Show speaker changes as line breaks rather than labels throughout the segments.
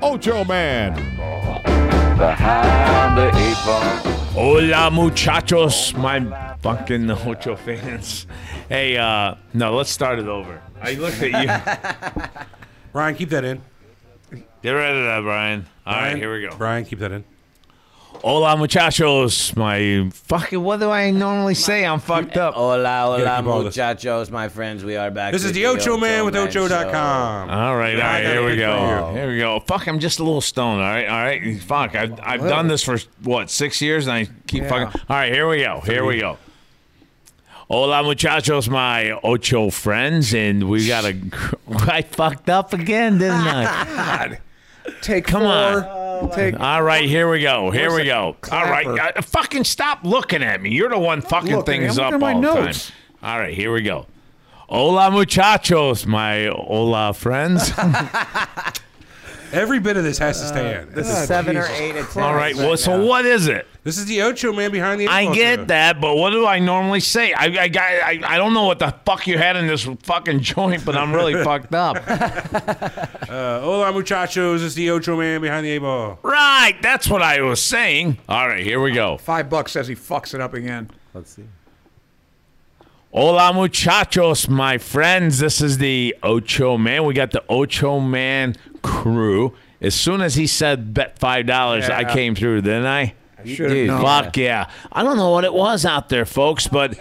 Ocho Man.
Behind the eight ball.
Hola, muchachos, my fucking Ocho fans. Hey, uh, no, let's start it over. I looked at
Brian, keep that in.
you. Get rid of that, Brian. All right, here we go.
Brian, keep that in.
Hola, muchachos, my fucking. What do I normally say? I'm fucked up. All
Hola,
gotta
hola,
keep all this.
muchachos, my friends. We are back.
This is
with
the Ocho Man with
Show.
Ocho.com.
right, all
I
right,
got
here
a
we
picture
go.
of
Here we go. Fuck, I'm just a little stoned. All right, all right. Fuck, I've, I've done this for what six years, and I keep fucking. All right, here we go. Here we go. Hola, muchachos, my Ocho friends, and we got a. I fucked up again, didn't I?
Take
Come
four.
on.
Take
All right, here we go. Here we go. All right,
clapper?
uh, fucking stop looking at me. You're the one fucking
looking.
things
I'm
up
looking at
all
my
the time.
notes.
All right, here we go. Hola, muchachos, my hola friends.
Every bit of this has to stay in. This, is,
Seven or eight attempts.
all right, well, so what is it?
this is the Ocho Man behind the.
Uh-huh. I
eight ball show.
get that, but what do I normally say? I I, got- I I don't know what the fuck you had in this fucking joint, but I'm really fucked up.
Uh, Hola, muchachos. This is the Ocho Man behind the eight ball.
Right, that's what I was saying. All right, here we go.
five bucks says he fucks it up again.
Let's see.
Hola, muchachos, my friends. This is the Ocho Man. We got the Ocho Man crew. As soon as he said bet $5, I
Yeah.
came through, didn't I?
should've
Dude,
known.
fuck yeah. I don't know what it was out there, folks, but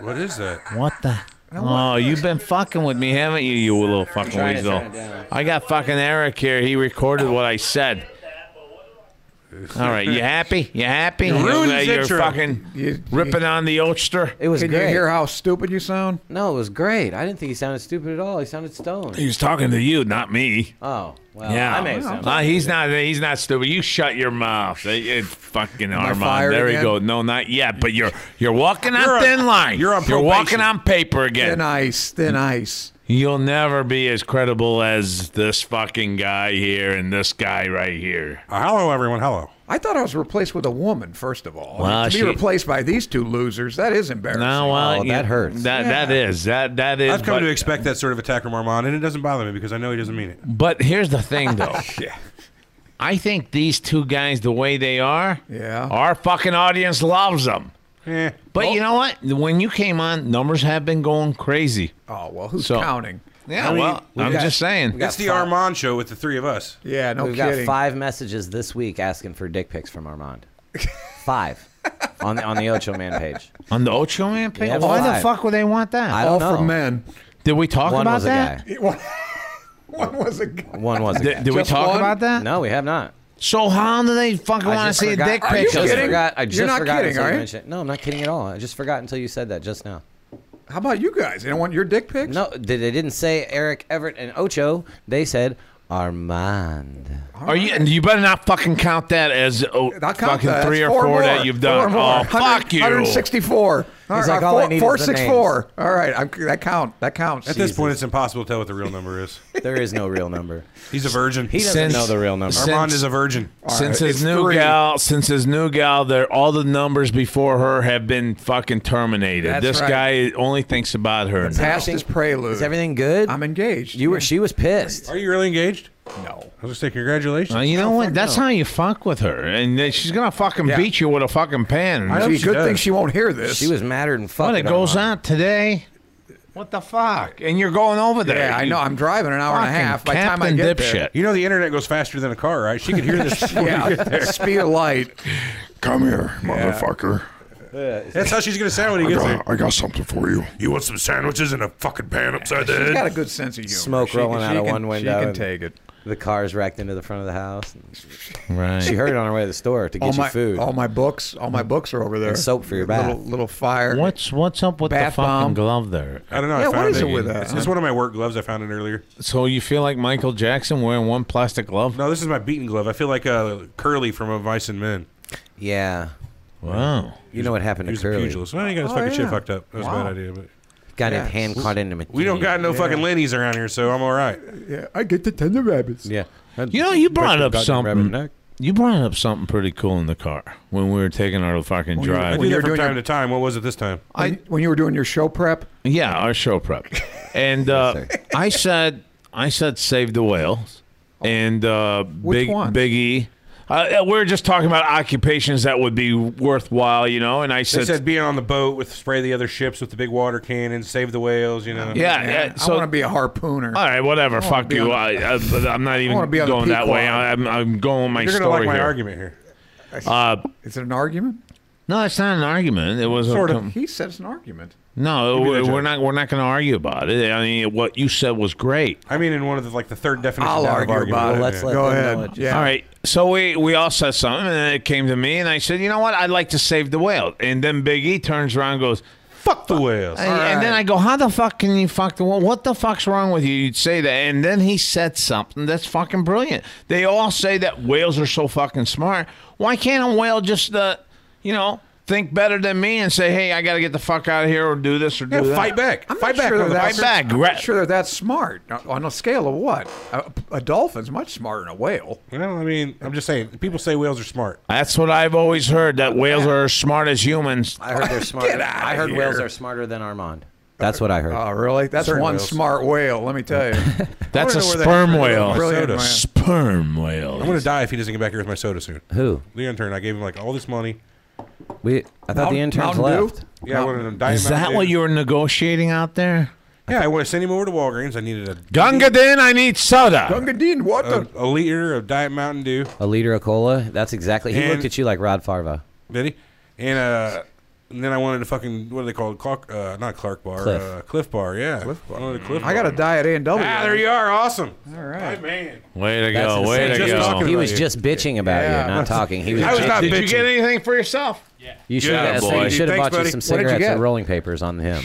What is that?
what the? Oh, you've been fucking with me, haven't you, you little fucking
trying to turn it
weasel?
down.
I got fucking Eric here. He recorded what I said. All right, you happy? You happy? You
ruined his
you're
intro.
fucking
You-
ripping on the Oster.
It was
Can you
great.
hear how stupid you sound?
no, it was great. I didn't think he sounded stupid at all. He sounded stoned.
He was talking to you, not me.
Oh, well,
Yeah,
I may have sounded.
Uh, he's not. He's not stupid. You shut your mouth. They- it- fucking Armand.
fired
There you
again?
go. No, not yet. But you're you're walking on
You're on-
thin line.
you're on
You're walking
probation.
on paper again.
Thin ice, thin ice.
You'll never be as credible as this fucking guy here and this guy right here.
Uh, hello, everyone. Hello.
I thought I was replaced with a woman, first of all.
Well,
to
she-
be replaced by these two losers, that is embarrassing.
No, well,
Oh,
you-
that hurts.
That that is that that is.
I've come
but,
to expect that sort of attack from Armand, and it doesn't bother me because I know he doesn't mean it.
but here's the thing, though.
Yeah.
I think these two guys, the way they are,
Yeah.
our fucking audience loves them.
Eh.
But you know what? When you came on, numbers have been going crazy.
Oh, well, who's
So-
counting?
Yeah,
I mean,
well,
we
I'm
got-
just saying.
It's the Armand show with the three of us.
Yeah, no
We've got
kidding.
five messages this week asking for dick pics from Armand. five on the on the Ocho Man page.
on the Ocho Man page?
Yeah,
Why the
why?
fuck would they want that?
I
all
don't know.
from men.
Did we talk
One
about
was a
that?
guy.
One was a guy.
One was a guy.
Did, did we
Just
talk
one?
about that?
no, we have not.
So how do they fucking
I
want to
just
Uh, see
forgot-
a dick
I
picture?
just
kidding?
forgot. I just
You're not
forgot
kidding,
until you
all right?
mentioned it. No, I'm not kidding at all. I just forgot until you said that just now.
How about you guys? They don't want your dick pics?
No, they they didn't say Eric Everett and Ocho. They said Armand.
Are you? You better not fucking count that as oh,
I'll count
fucking
that.
three
That's
or
four
four,
more.
that you've done.
Four more.
Oh, fuck
100
you!
164. All
He's
right,
like, all I
four-
need is the
464. All right, I'm, that count. That counts.
At this point, it's impossible to tell what the real number is.
There is no real number.
He's a virgin.
He doesn't
Since-
know the real number.
since-
Armand is a virgin.
Since
right,
his
it's
new
three.
gal, since his new gal, there all the numbers before her have been fucking terminated.
That's
this
right.
guy only thinks about her. now.
Past is prelude.
Is everything good?
I'm engaged.
You were. She was pissed.
Are you really engaged?
No.
I was gonna say congratulations.
Uh, you know what? That's how you fuck with her, and then she's gonna fucking
Yeah.
beat you with a fucking pan.
I hope
Gee,
she
good thing
does.
she won't hear this.
She was madder than fuck.
Well, it
at
goes
Armand.
out today. What the fuck? And you're going over there.
yeah, I
You
know. I'm driving an hour and a
fucking
half. By the time I
Captain
get
dipshit.
You know the internet goes faster than a car, right? She could hear this.
there. Yeah, speed of light.
Come here, motherfucker.
That's how she's gonna sound when he gets
Uh,
there.
I got something for you.
You want some sandwiches and a fucking pan upside the
She's got a good sense of humor.
Smoke
She-
rolling
she
out of
can-
one
She
window
can
and-
take it.
The car's wrecked into the front of the house.
Right.
She heard it on her way to the store to get
all
you
my
food.
all my books, all my books are over there.
And soap for your
Little,
bath.
little fire.
What's what's up with the
Bath
fucking
bomb.
glove there?
I don't know.
Yeah,
I
what
found
is
it.
it with that?
It's, it's one of my work gloves. I found it earlier.
So you feel like Michael Jackson wearing one plastic glove?
No, this is my beaten glove. I feel like uh, Curly from A Vice and Men.
yeah.
Wow.
You know what happened
He
to
was a
Curly?
pugilist. Well, he got his
Oh,
fucking shit
yeah.
fucked up. That was a bad idea. But
Got
Yeah.
his hand caught in a machine.
we don't got no fucking Lennies around here, so I'm all right.
Yeah, I get the tender rabbits.
Yeah.
You know, you brought
the
up
goddamn rabbit
something.
neck.
You brought up something pretty cool in the car when we were taking our fucking
I
drive.
do that
you're
from
doing
time to
your-
time. What was it this time?
When, when you were doing your show prep,
Yeah, our show prep. And uh,
Yes,
I said, I said, save the whales. And uh, Big
Oh. one?
Big E. Uh, we were just talking about occupations that would be worthwhile, you know. And I
They
said,
said being on the boat with spray the other ships with the big water cannons, save the whales. You know.
yeah,
man,
yeah.
I
So,
want to be a harpooner.
all right, whatever.
wanna
Fuck
be
you.
on-
I, I, I'm not even
wanna be on the
going that way.
Pequot.
I, am I'm going with my
You're gonna
story
like my
here. Uh,
argument here.
Is it an argument?
No, it's not an argument. It was
Sort
a,
of.
com-
He said it's an argument.
No,
Give me the
we're
joke.
not. We're not going to argue about it. I mean, what you said was great.
I mean, in one of the like the third definition.
I'll
down of
argue
argument.
about it.
Well, let's let
Go
them
ahead.
know it.
Yeah.
All right. So we we all said something, and it came to me, and I said, you know what? I'd like to save the whale. And then Big E turns around, and goes.
Fuck the whales.
And, and then
right.
I go, how the fuck can you fuck the whale? What the fuck's wrong with you? You'd say that. And then he said something that's fucking brilliant. They all say that whales are so fucking smart. Why can't a whale just, uh, you know, think better than me and say, hey, I got to get the fuck out of here or do this or do
Yeah,
that?
fight back.
I'm
fight
not
back.
sure they're that
Fight back.
I'm
Gra-
not sure they're that smart. On a scale of what? A, a dolphin's much smarter than a whale.
Well, I mean, I'm just saying. People say whales are smart.
That's what I've always heard that whales are as smart as humans.
I heard they're smarter.
outta
I heard whales
here.
are smarter than Armand. That's what I heard.
Oh, really? That's
Certain
one
whales.
smart whale. Let me tell you.
That's a
wonder where that-
sperm
where that
whale.
brilliant man-
Sperm
I'm gonna
whale.
die if he doesn't get back here with my soda soon.
Who?
The intern. I gave him like all this money.
We. I thought the
Mountain-
interns
Mountain Dew?
left.
Yeah, I wanted him to die.
Is that what you were negotiating out there?
Yeah, I want to send him over to Walgreens. I needed a
Gungadin, I need soda.
Gunga Din, what
a,
the?
a liter of Diet Mountain Dew.
A liter of cola. That's exactly. He
And-
looked at you like Rod Farva.
Did he? And uh, and then I wanted a fucking what are they called? Clark, uh, not Clark Bar.
Cliff.
Uh, Cliff Bar. Yeah. Cliff Bar. I, wanted a Cliff
I got a
Bar.
diet A and W.
Ah, there you are. Awesome. All
right.
my man.
Way to
That's
go.
insane.
Way to
Just
go.
talking-
He was
Yeah.
just bitching about
Yeah.
you, not talking. He was.
I was
bitching.
not
Did you
bitching.
get anything for yourself?
You should
Yeah,
have
boy.
you should have
Thanks,
bought
buddy.
you some
What did you
cigarettes
get?
and rolling papers on him.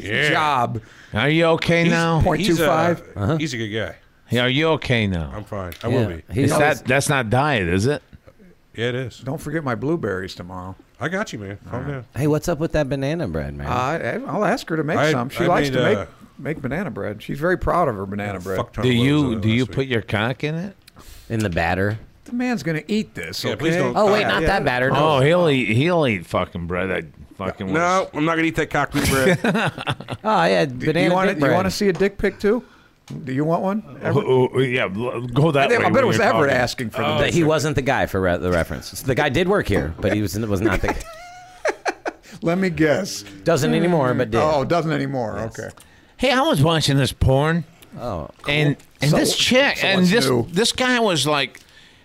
Job.
Are you okay now?
Point
He's,
two five.
uh, he's a good guy.
Are you okay now?
I'm fine. I
Yeah.
will be.
He's
Is that that's not diet, is it?
Yeah, it is.
Don't forget my blueberries tomorrow.
I got you, man. Calm down.
Hey, what's up with that banana bread, man?
Uh, I- I'll ask her to make
I-
some. She
I
likes
made,
to make
uh,
make banana bread. She's very proud of her banana bread.
Fuck ton
Do
of loaves
you
of
do
it uh,
you
last
put
week.
your cock in it?
In the batter.
The man's gonna eat this.
Yeah,
okay?
please don't-
Oh wait,
Yeah,
not
yeah.
that batter.
Oh,
No.
he'll eat he'll eat fucking bread. I fucking
No, I'm not gonna eat that cockney bread.
Oh yeah,
Do you
banana
want
dick
to, you
bread.
want to see a dick pic too? Do you want one?
Oh, oh, oh, yeah, go that
I,
way.
bet- I bet
when
it was
you're
Everett
talking.
asking for
Oh.
the
But
dick.
he wasn't the guy for re- the reference. The guy did work here, but he was was not the
Let me guess.
doesn't anymore, but did.
Oh, doesn't anymore. Okay.
Hey, I was watching this porn.
Oh.
and and
So-
this chick
so
and
it's
this
new.
this guy was like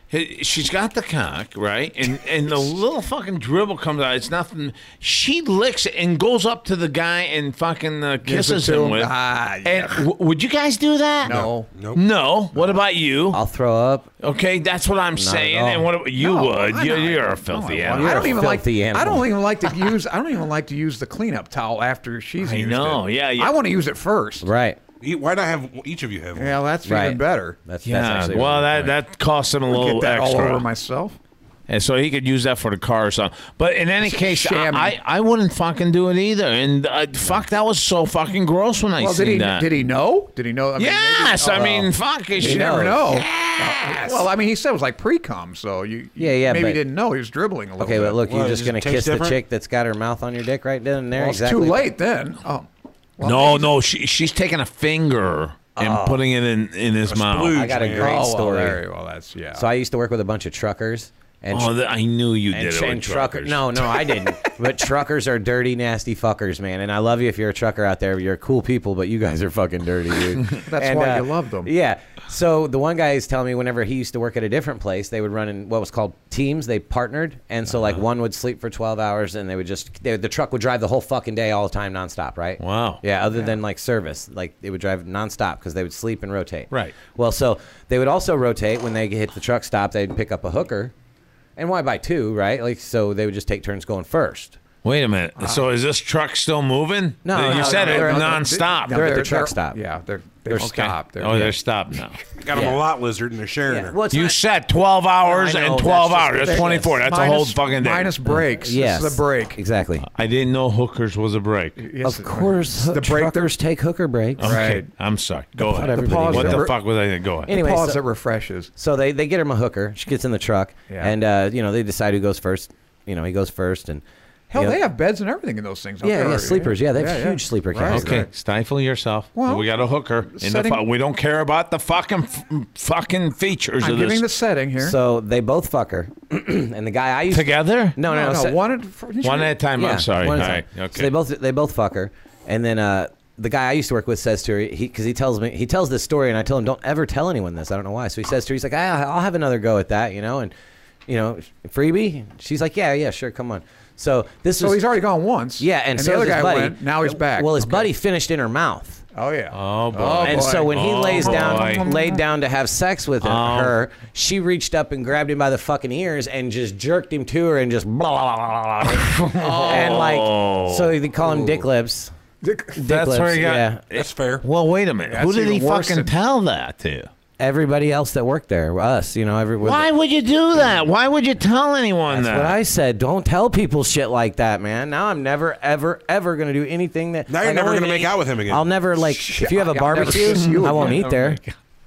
he- she's got the cock right and and the little fucking dribble comes out it's nothing she licks it and goes up to the guy and fucking uh, kisses
to
him
him.
with
Ah,
and w- would you guys do that
No.
no no what about you
I'll throw up.
okay that's what i'm saying
all.
and what ab- you
No,
would
I
you,
don't-
you're
no,
a filthy
I
animal
I
You're
don't
a
even like.
filthy
I
animal.
don't even like to use. I don't even like to use the cleanup towel after she's.
I
used
know,
It.
yeah, yeah.
I want to use it first.
Right.
Eat- Why not have each of you have one?
Yeah, that's
Right.
even better.
That's that's
yeah,
actually a
well,
really
that,
good
that costs him a little
Get that
Oh, extra.
all over myself.
And so he could use that for the car or something. But in any case, I,
Shamming.
I, I wouldn't fucking do it either. And uh, fuck, that was so fucking gross when I
Well,
seen
did he?
that.
Did he know? Did he know? I mean, maybe-
yes,
oh,
I mean, fuck, it
You
should-
never know.
Yes.
Well, I mean, he said it was like pre-com, so you you
Yeah, yeah,
maybe
but-
didn't know he was dribbling a little.
Okay,
bit.
but look,
Well,
you're just
does it
gonna
taste
kiss the
different?
chick that's got her mouth on your dick right then and there.
Well, it's
exactly.
too late then. Oh,
no, no, she, she's taking a finger and putting it in, in his mouth.
splooge.
I got a
Yeah.
great
oh, well,
story.
there you- well, that's yeah.
So I used to work with a bunch of truckers, And
Oh,
tr-
th- I knew you
and,
did
tr-
it.
and
with
trucker.
truckers.
No, no, I didn't. but truckers are dirty, nasty fuckers, man. And I love you if you're a trucker out there. You're cool people, but you guys are fucking dirty, dude.
That's
And, uh,
why you love them.
Yeah. So the one guy is telling me whenever he used to work at a different place, they would run in what was called teams. They partnered, and so like one would sleep for twelve hours, and they would just they, the truck would drive the whole fucking day, all the time, nonstop. Right.
Wow.
Yeah. Other than like service, like it would drive nonstop because they would sleep and rotate.
Right.
Well, so they would also rotate when they hit the truck stop. They'd pick up a hooker, and why by two, right? Like so, they would just take turns going first.
Wait a minute. so is this truck still moving?
Uh, No,
you
no,
said
no,
it
they're-
nonstop.
they're- at the truck stop.
Yeah, they're they
They're
are
sta-
stopped. They're,
oh,
yeah.
they're stopped now.
Got them a lot lizard and they're sharing her.
Well, it's
you
not-
said twelve hours
I know,
and
that's
twelve
just
hours. That's
ridiculous.
twenty four. That's a whole
Minus-
fucking day.
Minus breaks.
Yes.
This is a break.
Exactly.
I didn't know hookers was a break.
Yes,
of course,
The
the
break-
truckers take hooker breaks.
Okay, I'm sorry. Go
Not
ahead.
everybody
pause
What
does.
the
Remember-
fuck was I thinking? Go ahead.
Anyway,
Pause
so-
that refreshes.
So they, they get him a hooker. She gets in the truck,
Yeah.
and uh, you know they decide who goes first. You know he goes first, and
Hell,
you know-
they have beds and everything in those things. out
yeah
there.
yeah sleepers yeah they have
Yeah, yeah.
huge sleeper
Right.
cabins.
Okay, stifle yourself.
Well,
we got a hooker. In
setting-
the fu- we don't care about the fucking f- fucking features
I'm
of
giving the
this.
setting here.
So they both fuck her, and the guy I used to-
together.
no no no, so-
one at for- you
one
should-
at a time.
yeah,
I'm sorry.
one
All
at a
right.
time.
Okay.
So they both they both fuck her, and then uh, the guy I used to work with says to her he because he tells me he tells this story, and I tell him don't ever tell anyone this. I don't know why. So he says to her he's like I, I'll have another go at that, you know, and you know freebie. She's like yeah yeah sure come on. So this
So
was
he's already gone once.
yeah, and, so
the other
is his
guy
buddy.
went. Now he's back.
Well, his
Okay.
buddy finished in her mouth.
Oh yeah.
Oh, boy.
and so when he
Oh,
lays
boy.
down, laid down to have sex with her,
Oh.
her, she reached up and grabbed him by the fucking ears and just jerked him to her and just blah blah blah blah. blah.
Oh.
And like, so they call him Dick Lips. Dick
That's
Lips.
where he got-
yeah.
That's fair.
Well, wait a minute. Who
That's
did he
even worse
fucking
than-
tell that to?
Everybody else that worked there, us, you know, everyone.
Why would you do that? Why would you tell anyone
That's
that?
what I said. Don't tell people shit like that, man. Now I'm never, ever, ever gonna do anything that.
Now you're
I know
never gonna
it-
make out with him again.
I'll never like. If you have a
I'll never
barbecue,
kiss you
I won't
again.
eat there.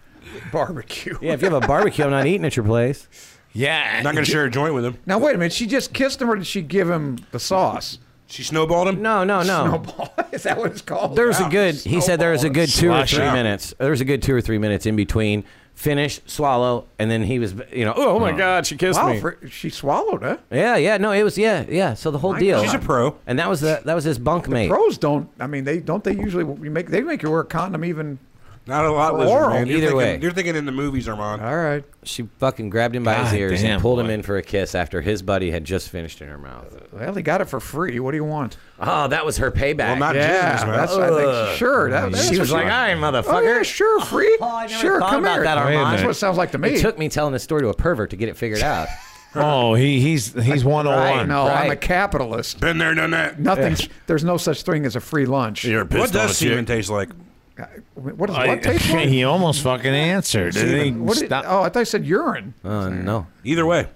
barbecue.
Yeah, if you have a barbecue, I'm not eating at your place.
yeah.
Not going to share a joint with him.
Now wait a minute. She just kissed him, or did she give him the sauce?
She snowballed him?
No, no, no.
Snowball. Is that what it's called?
There's a
Wow.
good. He said there was a good two or
Slosh
three
out.
minutes. There was a good two or three minutes in between. Finish, swallow, and then he was, you know, oh, my god, she kissed
Wow,
me.
for- she swallowed, huh?
yeah, yeah, no, it was, yeah, yeah. So the whole deal.
She's a pro.
and that was the that was his bunk mate.
Pros don't. I mean, they don't. They usually you make they make you wear a condom. Even
Not a lot lizard,
Oral.
man. You're
Either
thinking,
way. Uh,
You're thinking in the movies, Armand.
all right.
She fucking grabbed him by his
God
ears
damn,
and pulled him
boy.
in for a kiss after his buddy had just finished in her mouth.
Well, he got it for free. What do you want?
Oh, that was her payback.
Well, not Jesus, man.
that's I think sure. That, that's
she
what
was like, "All right,
oh yeah,
motherfucker."
sure, free,
Oh, I never
sure,
thought
come
about
here."
that, Wait a Armand.
That's what it sounds like to me.
It took me telling this story to a pervert to get it figured out.
Oh, he he's he's one hundred
I
one.
know. I'm a
Right.
capitalist.
Been there, done that.
Nothing's there's no such thing as a free lunch. Uh,
What does semen taste like?
What does
I-
what taste like?
He almost fucking answered. Did he
What did,
stop?
oh, I thought you said urine.
Oh no!
Either way,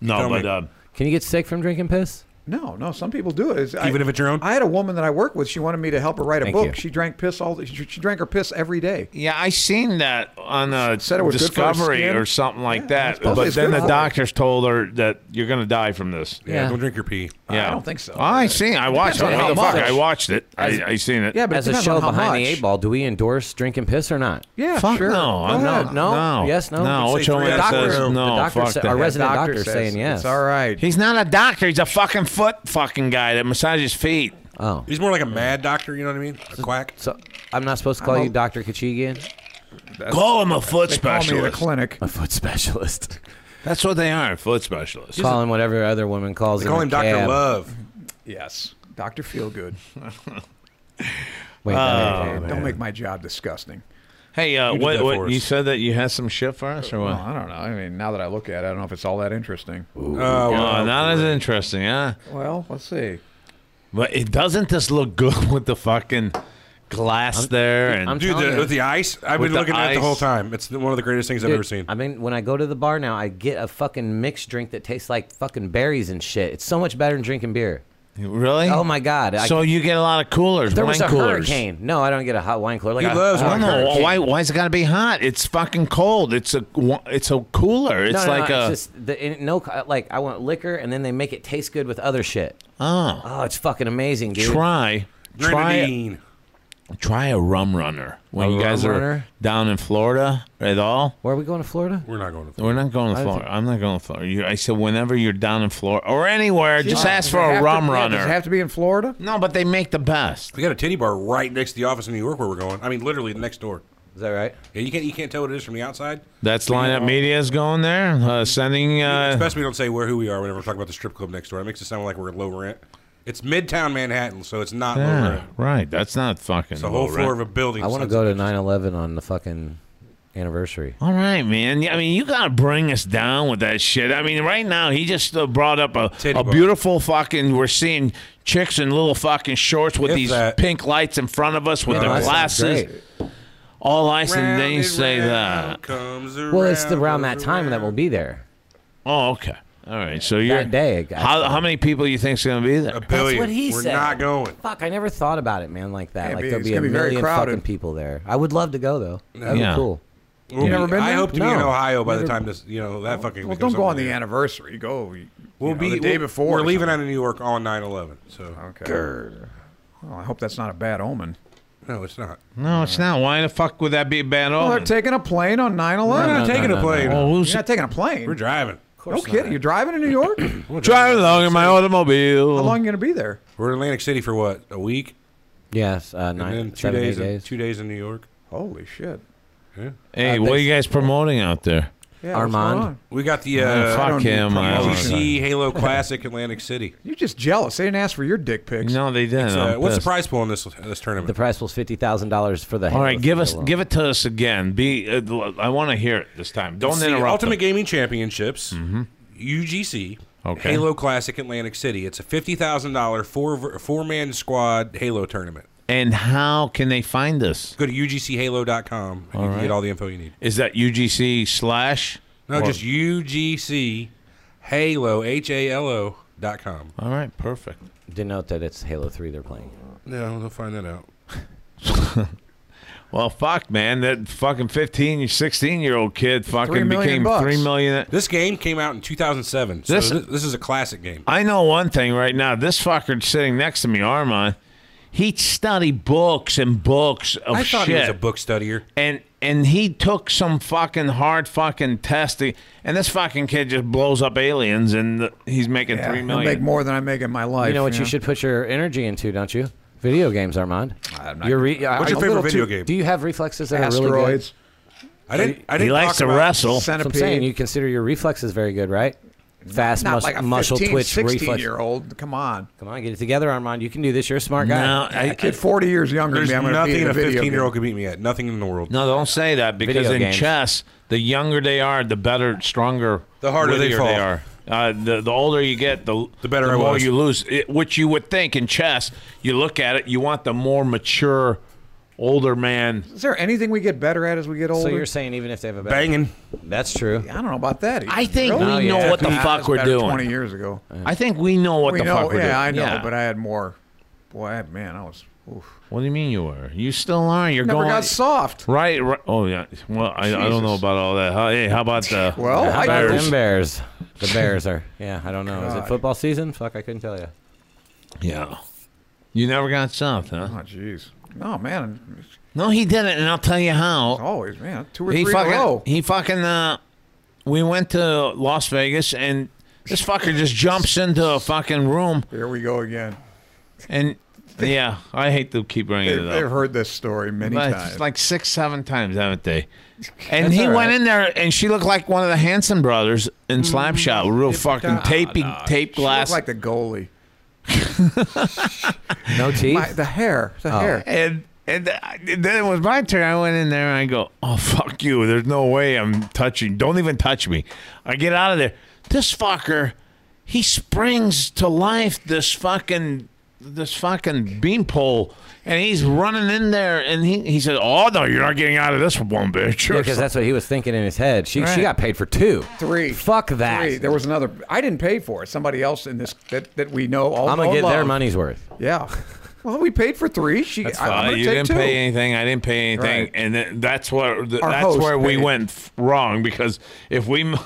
no,
tell
but
me.
uh,
Can you get sick from drinking piss?
No, no. Some people do it. It's- I-
Even if it's your own?
I had a woman that I worked with. She wanted me to help her write a
Thank
book.
you.
She drank piss all. She, she drank her piss every day.
yeah, I seen that on a
Said it was good for her
Discovery
skin.
or something like that.
supposed
But
it's
then
good
the
for her.
doctors told her that you're gonna die from this.
yeah, don't drink your pee.
Yeah.
don't think so.
I seen. I watched it.
on
What
how
the fuck?
much.
I watched it. I, I seen it.
Yeah, but
As
it
a
depends
show
on how
behind the
much.
eight ball, do we endorse drinking piss or not?
Yeah,
Fuck
sure.
no. I'm
Go
not.
ahead.
No.
No.
Yes, no?
No.
Say
Ocho
three
Man
out of
says no.
three.
The doctor
fuck
said-
that.
our resident
doctor
doctor's
says
saying yes.
It's all right.
He's not a doctor. He's a fucking foot fucking guy that massages feet.
Oh,
He's more like a mad doctor, you know what I mean? A quack.
so I'm not supposed to call
I'm a-
you Doctor Kachigian?
Call him a foot
They call me the
specialist.
clinic.
A foot specialist.
That's what they are, foot specialists.
call him whatever other woman calls
They call
in a
him Dr.
cab.
Love.
Yes, Doctor Feelgood.
Wait,
Oh,
that ain't
Hey,
it.
don't make my job disgusting.
Hey, uh,
You did
what,
that
what-
for us.
you said that you had some shit for us, or what?
Well, I don't know. I mean, now that I look at it, I don't know if it's all that interesting.
Oh,
Oh,
well,
not as interesting, huh?
Well, let's see.
But it doesn't this look good with the fucking glass there? And
I'm-
Dude,
telling
the,
you.
with the ice, I've
With
been
the
looking at it the
ice.
whole time. It's the- one of the greatest things I've ever seen.
I mean, when I go to the bar now, I get a fucking mixed drink that tastes like fucking berries and shit. It's so much better than drinking beer.
really?
Oh my god! I,
So you get a lot of coolers,
there
wine
was a
coolers.
hurricane. No, I don't get a hot wine cooler. Like
He
I-
loves
I
I
don't
don't
wine
know.
know
Hurricane.
Oh, why. Why is it gotta be hot? It's fucking cold. It's a it's a cooler. It's
No, no, no,
like
uh,
a
it's just the, in, no co- like I want liquor, and then they make it taste good with other shit.
oh
Oh, it's fucking amazing, dude.
try try
Grenadine.
Try a rum runner when
A
you guys
rum
are
runner?
down in Florida at all.
Where are we going to Florida?
We're not going to.
We're not going to Florida. I'm not going to Florida. You, I said whenever you're down in Florida or anywhere, just ask for
Does it
a
have
rum
to- yeah,
runner.
Does it have to be in Florida?
no, but they make the best.
We got a titty bar right next to the office in New York where we're going. I mean, literally next door.
Is that right?
Yeah, you can't you can't tell what it is from the outside.
That's lineup media's going there, uh, sending. Uh,
Especially we don't say where who we are whenever we're talking about the strip club next door. It makes it sound like we're low rent. It's Midtown Manhattan, so it's not low
yeah,
rent.
right. That's not fucking.
It's a whole
low
floor
rent.
of a building.
I want to go to 9/11 on the fucking anniversary.
All right, man. Yeah, I mean, you gotta bring us down with that shit. I mean, right now he just uh, brought up a,
Titty
a
bar.
beautiful fucking. We're seeing chicks in little fucking shorts with
If
these
that-
pink lights in front of us with
Yeah,
their
that sounds
glasses,
great.
all ice, and
Round
they say
round
that.
comes
Well, it's the- around
round,
that time that we'll be there.
Oh, okay. All right. So you're
day, it got
How,
started.
how many people you think's gonna be there?
A billion.
what he
we're
said.
not going.
Fuck, I never thought about it, man. Like that.
Yeah,
like
be-
there'll
it's
be a
gonna be very
million
crowded.
fucking people there. I would love to go though. That'd
Yeah.
be cool.
We'll be-
never been
I
there?
hope to be in
No.
Ohio by the time this, you know, that fucking.
Well,
becomes
don't go on
something
the
there.
anniversary. Go. you
We'll
know,
be
the day
we'll-
before.
We're
or
leaving out
something.
of New York on 9/11, so
Okay. Well, I hope that's not a bad omen.
no, it's not.
No, it's not. Why the fuck would that be Oh, a bad
Well,
omen?
they're taking a plane on 9/11.
We're
You're
not taking a plane.
Oh, who's
not taking a plane.
We're driving.
no kidding. You're driving to New York. How
driving along in my automobile?
long are you gonna be there?
We're in Atlantic City for what? A week,
Yes, uh, nine,
and then two
seven, eight
days, in-
days.
two days in New York.
Holy shit.
Hey,
Uh,
what are
thanks.
you guys promoting out there?
Yeah, what's going
Armand?
on?
We got the
Man,
uh,
fuck
don't need
him. I don't
promotion.
know.
GC Halo Classic Atlantic City.
You're just jealous. They didn't ask for your dick pics.
No, they didn't.
Uh,
I'm
what's the
pissed.
prize pool in this this tournament?
The price was fifty thousand dollars for the.
All right,
Halo
give
thing
us,
alone.
give it to us again. Be, uh, I want to hear it this time. Don't
It's the
interrupt.
Ultimate
them. Mm-hmm.
Gaming Championships, UGC,
Okay.
Halo Classic Atlantic City. It's a fifty thousand dollar four four man squad Halo tournament.
And how can they find us?
Go to ugchalo.com and you can get all the info you need.
Is that UGC slash?
No,
Or-
just UGC Halo H A L O dot com.
All right, perfect.
Denote that it's Halo Three they're playing.
No, they'll find that out.
Well, fuck, man. That fucking 15, 16 year old kid fucking
million
became
bucks.
3 million.
This game came out in 2007. So
This- Oh,
this, this is a classic game.
I know one thing right now. This fucker sitting next to me, Armand, he studied books and books of
I
shit.
thought he was a book studier.
and and he took some fucking hard fucking test, and this fucking kid just blows up aliens, and he's making
Yeah,
three
I'll
million.
make more than I make in my life.
You know what you should put your energy into, don't you? Video games, Armand.
I'm not
You're re- I-
What's
I-
your favorite video game?
Do you have reflexes that are really good?
Asteroids,
I didn't. I didn't
he likes
talk
to
about-
wrestle.
That's what I'm
centipede.
saying you consider your reflexes very good, right? Fast
not
mus-
like a
muscle
15,
twitch
16
reflex.
year old. Come on.
Come on, get it together, Armand. You can do this. You're a smart guy.
No,
A
I,
kid 40 years younger
There's
than me, I'm going to be
nothing
in
a
a video
15
game.
year old could beat me at. Nothing in the world.
no, don't say that because
Video
in
games.
chess, the younger they are, the better, stronger,
The harder they
wittier
fall.
are. Uh, the the older you get, the
The better I
more
was.
you lose. It, which you would think in chess, you look at it, you want the more mature, older man.
Is there anything we get better at as we get
So
older?
you're saying even if they have a better,
Banging.
that's true.
I don't know about that. either.
I think
Really?
No,
we
you
know
have
what
to
the
be-
fuck
was
we're
better
doing.
20 years ago.
I think we know what
we
the
know,
fuck we're doing.
yeah, I know, but I had more. Boy, I, man, I was. Oof.
what do you mean you were? You still are. You're
Never
going.
got soft.
Right, right. Oh yeah. Well, I, I don't know
Jesus.
about all that. How, hey, how about the
Well,
the
I-
How about
Bears?
them Bears? The Bears are. Yeah, I don't know. Is it
God.
football season? Fuck, I couldn't tell you.
Yeah. You never got stuffed, huh?
Oh, jeez. No, man. it's
No, he didn't, and I'll tell you how.
Always, man. Two or
He
three in a
fucking.
row.
He fucking. Uh, we went to Las Vegas, and this fucker just jumps into a fucking room,
Here we go again.
and yeah, I hate to keep bringing
They've,
it up.
they've heard this story many
Like-
times.
Like six, seven times, haven't they? And he
all
went
right.
in there, and she looked like one of the Hanson brothers in Slapshot, real fucking taping, tape
Mm-hmm. She looked
glass.
like the goalie.
No teeth.
My, the hair. The
Oh.
hair.
and and I- then it was my turn. I went in there and I go, "Oh fuck you! There's no way I'm touching. Don't even touch me." I get out of there. This fucker, he springs to life. This fucking this fucking beanpole, and he's running in there. And he he says, "Oh no, you're not getting out of this one, bitch."
because that's what he was thinking in his head. She
Right.
she got paid for two,
Three.
Fuck that.
Three. There was another. I didn't pay for it. Somebody else in this that, that we know. All,
I'm gonna
all
get their
love.
money's worth.
Yeah. Well, we paid for three. She. I, I'm
Uh,
gonna
you
take
didn't
two.
pay anything. I didn't pay anything,
Right.
and th- that's where th-
Our
that's
host
where we
paid.
went f- wrong because if we m-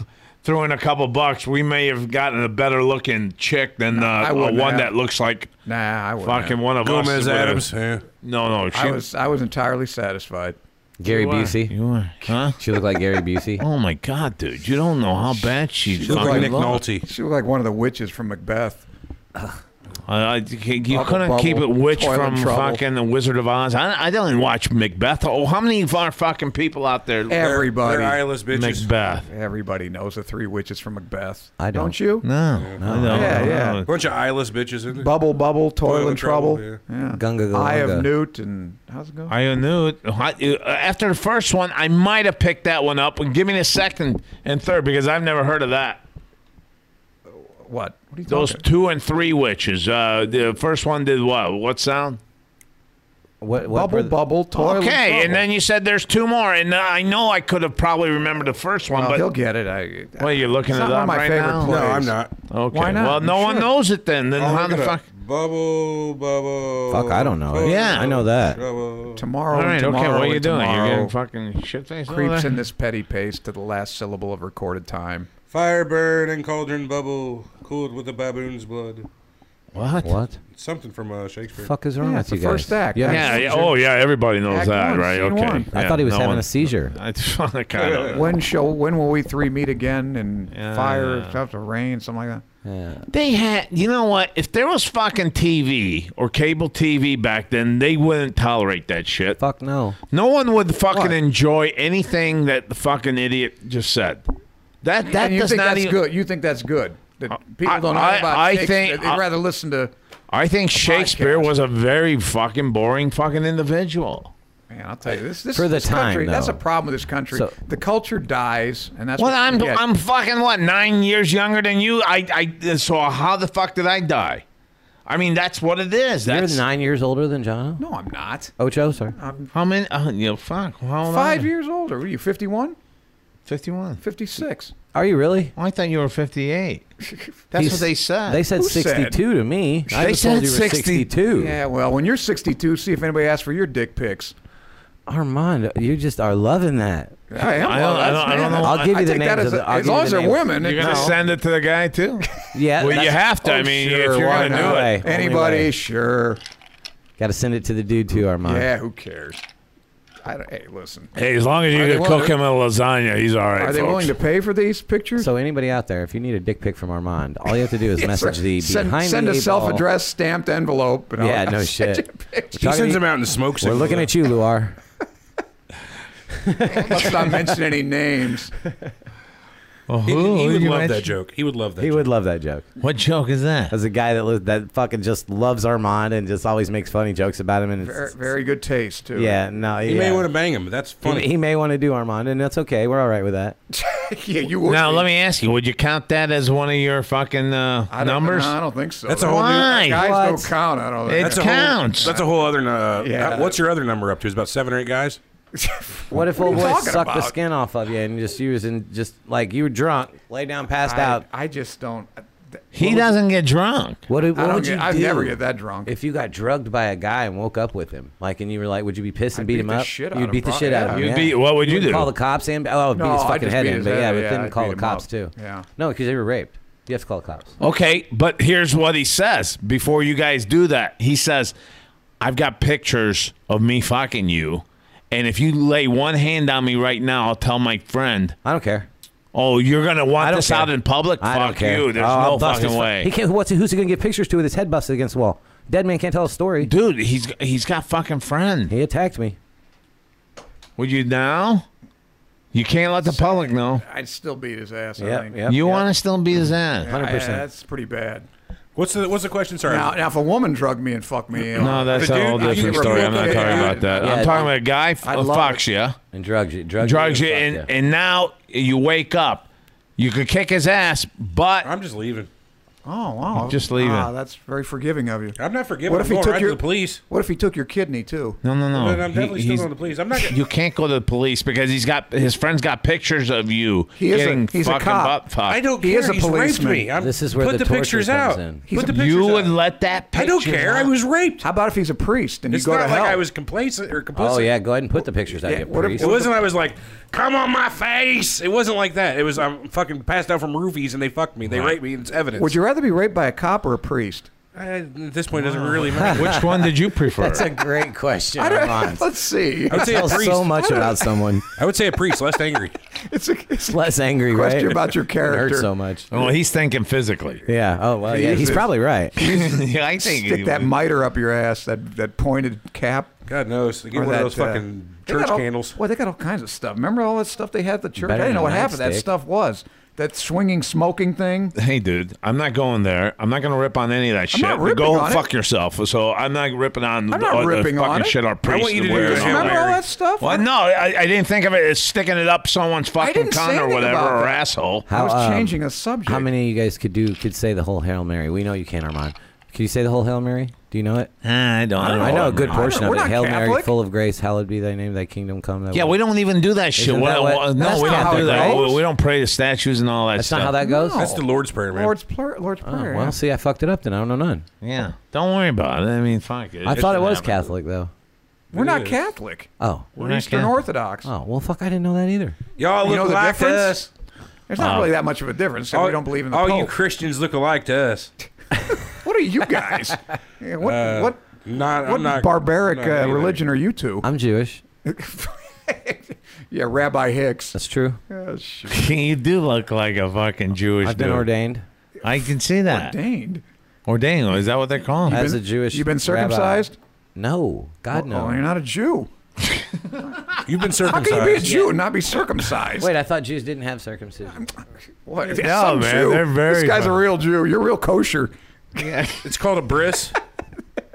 threw in a couple bucks, we may have gotten a better looking chick than uh,
I
a
wouldn't
one
have.
that looks like
Nah, I wouldn't.
fucking one of us.
Gomez
would have-
Adams. Yeah.
No, no, she
I was I was entirely satisfied.
Gary
You are-
Busey.
You are, huh?
She looked like Gary Busey.
Oh my God, dude! You don't know how bad she,
She looked like
fucking
Nick
looked.
Nolte.
She looked like one of the witches from Macbeth.
I- I- you
Bubble,
couldn't keep it
bubble,
witch
toilet
from
trouble.
fucking the Wizard of Oz. I, I don't even watch Macbeth. Oh, how many of our fucking people out there?
Everybody,
They're eyeless bitches.
Macbeth.
everybody knows the three witches from Macbeth.
I don't.
you?
No, no, no.
Yeah, yeah.
Bunch of eyeless bitches. Isn't it?
Bubble, bubble, toil
Toil
and
and
trouble.
Trouble,
Yeah.
Gunga Galunga.
Eye of Newt and how's it going?
I knew it. I- uh, After the first one, I might have picked that one up. Give me the second and third because I've never heard of that.
what? What are you
Those
talking?
two and three witches. Uh, the first one did what? What sound?
What, what were
Bubble,
the-
bubble, toil.
Okay, and
trouble.
then you said there's two more, and uh, I know I could have probably remembered the first one,
Well,
but
Oh, he'll get it. I,
well, you're looking
It's
at
not one of my
right
favorite
now.
No,
plays.
I'm not.
Okay.
Why not?
Well, no
You
one
should.
knows it then. Then
I'll
how
look
the
it up.
fuck?
Bubble, bubble.
Fuck, I don't know it.
Yeah.
I know that.
Trouble.
tomorrow.
All right.
and tomorrow
okay. What are you
and
doing? You're
tomorrow
getting fucking shit faced.
creeps in this petty pace to the last syllable of recorded time.
Firebird and cauldron bubble, cooled with the baboon's blood.
What?
What
Something from uh, Shakespeare.
fuck is wrong
Yeah,
with
it's the
you guys?
first act.
Yeah.
Yeah, yeah. Oh, yeah. Everybody knows
Act
that,
one,
right?
scene
Okay.
one.
I
Yeah,
thought he was
no
having
one-
a seizure.
I kind of.
When shall when will we three meet again? And
Yeah.
fire, stuff, rain, something like that.
Yeah.
They had, you know what? If there was fucking TV or cable TV back then, they wouldn't tolerate that shit.
Fuck no.
No one would fucking
What?
enjoy anything that the fucking idiot just said. That that
and you
does
think
not
that's
even.
good? You think that's good? That people
Uh, I-
don't know
I-
about
I
Shakespeare.
think-
they'd
I-
rather listen to.
I think Shakespeare
podcast.
was a very fucking boring fucking individual.
Man, I'll tell you this. this
For the
this
time,
country, that's
though.
a problem with this country.
So-
the culture dies, and that's
Well,
what
I'm
you get.
I'm fucking what nine years younger than you. I I uh, so how the fuck did I die? I mean that's what it is. That's
You're nine years older than John.
No, I'm not.
Ocho, sorry.
how many? Uh, you know, fuck. How old
Five years older. What Are you 51?
Fifty-one. Oh,
56.
Are you really?
I thought you were fifty-eight. That's
He's-
what they said.
They said
Who said?
62 to me. I
They
was told
said
you were
60
62.
Yeah, well, when you're 62, see if anybody asks for your dick pics.
Armand, you just are loving that.
I am.
I don't- I don't- I don't know.
I'll give
I
you the
take that
names
as,
of the.
a,
I'll
as
give you
long
the
as they're
names.
women.
You're
it-
gonna
no.
send it to the guy too.
Yeah.
Well, you
that's-
have to. I mean, if you're
Oh, why
gonna
not?
do it,
Way.
Anybody,
Only way.
sure.
Got to send it to the dude too, Armand.
Yeah, who cares? I don't, hey, listen.
hey, as long as you
Are
can
they
cook
willing-
him a lasagna, he's all right.
Are they
folks.
willing to pay for these pictures?
So anybody out there, if you need a dick pic from Armand, all you have to do is
Yes,
message
sir.
the
send,
behind
send
the
a
Eight Ball-
self-addressed stamped envelope. And I'll-
Yeah, no
I'll send
shit.
you a picture.
He
Talking
sends
to
them out in smoke
We're
signals.
looking at you, Luar.
Let's not mention any names.
He, he would
Oh, you
love
mentioned?
that joke. He would love that.
He
joke.
would love that joke.
What joke is that?
As a guy that li- that fucking just loves Armand and just always makes funny jokes about him, and it's,
Very, very good taste too.
yeah, no,
He may want to bang him, but that's funny.
He, he may want to do Armand, and that's okay. We're all right with that.
yeah. You would.
Now
be.
let me ask you: Would you count that as one of your fucking
I
uh,
don't-
numbers?
No, I don't think so.
That's a whole
Why?
Guys
What?
don't count. I don't.
It
That's a whole-
counts.
That's a whole other. Uh,
Yeah.
What's your other number up to? It's about seven or eight guys.
What if old
are you
boy
talking
sucked the
about?
skin off of you and just you was in just like you were drunk, lay down, passed
I,
out?
I just don't. uh,
he doesn't get drunk.
What, do-
I
what
don't
would you
get,
do?
I never get that drunk.
If you got drugged by a guy and woke up with him, like, and you were like, would you be pissed and
I'd
beat,
beat
him
the
up?
shit out
You'd
of
beat the
him,
shit out of him.
probably.
You'd
yeah.
be- what would you
wouldn't
do?
Call the cops in. Oh, I would beat
No,
his
I'd
fucking
just
head
beat
in.
his
But yeah,
head,
but
yeah,
then
I'd
call
beat
the
him up.
cops too.
Yeah.
No, because they were raped. You have to call the cops.
Okay, but here's what he says before you guys do that. He says, I've got pictures of me fucking you. And if you lay one hand on me right now, I'll tell my friend,
I don't care.
oh, you're going to
I
want
don't
this
care.
out in public?
I
Fuck
don't care.
you. There's
Oh, I'll
no
bust his
fucking
fu-
way.
He can't. What's who's he gonna get pictures to with his head busted against the wall? Dead man can't tell a story.
Dude, he's he's got fucking friend.
He attacked me.
Would you now? You can't let the public know.
I'd still beat his ass. I
Yeah,
think.
yeah.
You want to still be his ass.
I-
100%.
That's pretty bad.
What's the What's the question? Sorry.
Now, now, if a woman drugged me and fucked me,
No, that's
But
a
dude,
whole
I think
different
we're
story. I'm not
looking at-
talking about that.
Yeah,
I'm talking about a guy f-
I'd love
fucks you.
And drugs you. Drugs,
drugs you,
fuck
and,
ya.
and now you wake up. You could kick his ass, but
I'm just leaving.
Oh wow!
Just leave
ah,
it.
That's very forgiving of you.
I'm not forgiving.
What if
I'm
he
going
took
right to
your
the police?
What if he took your kidney too?
No, no, no.
Then I'm definitely still
he's-
going to the police. I'm not. Gonna,
You can't go to the police because he's got his friend's got pictures of you
He is a-
getting
he's a
fucking
cop.
butt fucked.
I don't
Uh, He
care.
is a
He's raped
policeman.
me. I'm,
This is where
put
the
the,
torture
pictures
comes
out.
in.
He's
Put the
a-
pictures
You
out.
would let that
I
picture
don't care. I
out?
was raped.
How about if he's a priest and
It's
you go
not
to
like
hell?
I was complacent or complicit.
Oh yeah, go ahead and put the pictures out.
Yeah,
you
what if-
priest.
It wasn't. I was like, "Come on my face." It wasn't like that. It was I'm fucking passed out from roofies and they fucked me. They raped me. and It's evidence.
Would you rather be raped by a cop or a priest?
I, at this point, it doesn't really matter.
Which one did you prefer?
That's a great question. Armand.
Let's see.
I would say a
Tells
priest.
so much about someone.
I would say a priest, less angry.
It's a, it's a
Less angry, right?
question about your
It
character.
hurts so much.
well, he's thinking physically.
Yeah. Oh well. Yeah.
is
He's
it.
probably right.
yeah, I think
Stick that miter up your ass. That that pointed cap.
God knows. They get
or
one
that,
of those
uh,
fucking
they
church
got all-
candles.
Well, they got all kinds of stuff. Remember all that stuff they had at the church?
Better
I didn't know
than
what
a
half of that
nightstick.
stuff was. That swinging, smoking thing.
Hey, dude, I'm not going there. I'm not going to rip on any of that shit.
not ripping
Go
on it.
fuck yourself. So I'm not ripping on
I'm not
the,
ripping
the
on
fucking
it.
shit our priests
want you
are
to do
wearing.
your shit,
or
Remember all
Larry.
that stuff?
Well, no, I, I didn't think of it as sticking it up someone's fucking
didn't say
cunt or
anything
whatever,
about
or
that.
asshole.
I was
How, um,
changing a subject.
How many of you guys could do could say the whole Hail Mary? We know you can, Armand. Can you say the whole Hail Mary? Do you know it?
Eh, I don't. I, don't
I know a
that
good
much.
portion of
we're
it.
not
Hail Mary,
Catholic.
full of grace, hallowed be thy name, thy kingdom come. Thy
Yeah,
will-
we don't even do that shit.
Isn't
What-
that what-
what- no,
that's
we
not
don't
how
do
it
that.
goes.
We, we don't pray the statues and all that
That's
stuff.
not how that goes.
No.
That's the Lord's prayer, man.
Lord's prayer. Lord's prayer.
Oh, well, see, I fucked it up. Then I don't know none.
Yeah, don't worry about it. I mean, fuck it.
I thought it
didn't
was
happen.
Catholic though.
We're not
is.
Catholic.
Oh,
We're
We're
not
Eastern
Catholic.
Orthodox.
oh, well, fuck, I didn't know that either.
Y'all
You
look
know the
alike to
difference?
us.
There's not really that much of a difference. if we don't believe in the
all
Pope.
you Christians look alike to us.
what are you guys? Yeah, what what
Not,
what
Uh, I'm not,
barbaric
I'm not
uh,
anything.
religion are you two?
I'm Jewish.
yeah, Rabbi Hicks.
That's true.
Oh, shit.
you do look like a fucking Jewish
I've been
dude.
ordained
I can see that.
Ordained.
Ordained. Is that what they're calling? it?
as a Jewish.
You've
rabbi.
been circumcised?
No, God no.
Oh, you're not a Jew.
You've been
How can you be a
circumcised.
Jew and not be circumcised?
Wait, I thought Jews didn't have circumcision.
what?
No,
Some
man,
Jew.
they're very
This guy's a
funny.
real Jew. You're real kosher.
It's called a bris.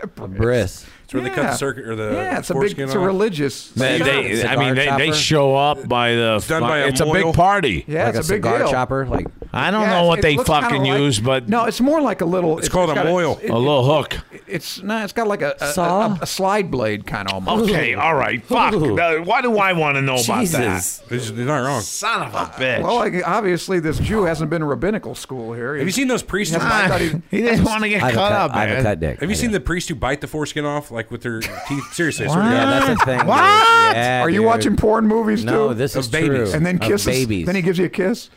A bris.
It's where they cut
Yeah.
the circuit or the
yeah, it's a big,
foreskin
it's a
off.
religious.
They,
Yeah,
they- I mean, they,
Cigar
they
chopper?
show up by the. fuck-
done by a
it's a
moil.
big party.
yeah,
like
it's
a,
a, big
cigar
deal.
chopper. Like
I don't
Yeah,
know
it's-
what
it
they
looks kinda
fucking
like-
use, but
no, it's more like a little. It's,
called a
got
moil.
It,
a little hook.
it's no, it's got like a a,
Saw?
a, a slide blade kind of almost.
Okay, all right. Fuck.
Ooh.
Uh, Why do I want to know about that?
Jesus.
It's- You're not wrong.
Son of a bitch.
Uh, Well, like, obviously this Jew hasn't been to rabbinical school here.
Have you seen those priests? who bite-
I thought he-
he didn't want to get
I
cut,
have, a cut,
up,
I have a
man.
cut dick.
Have you
I
seen
do.
the priests who bite the foreskin off, like with their teeth? Seriously, I swear to
Yeah,
God.
that's a thing. dude.
What?
Yeah,
Are you
dude.
watching porn movies too?
No, this is
Of babies.
true.
and then
Of
kisses.
babies. Oh,
Then he gives you a kiss.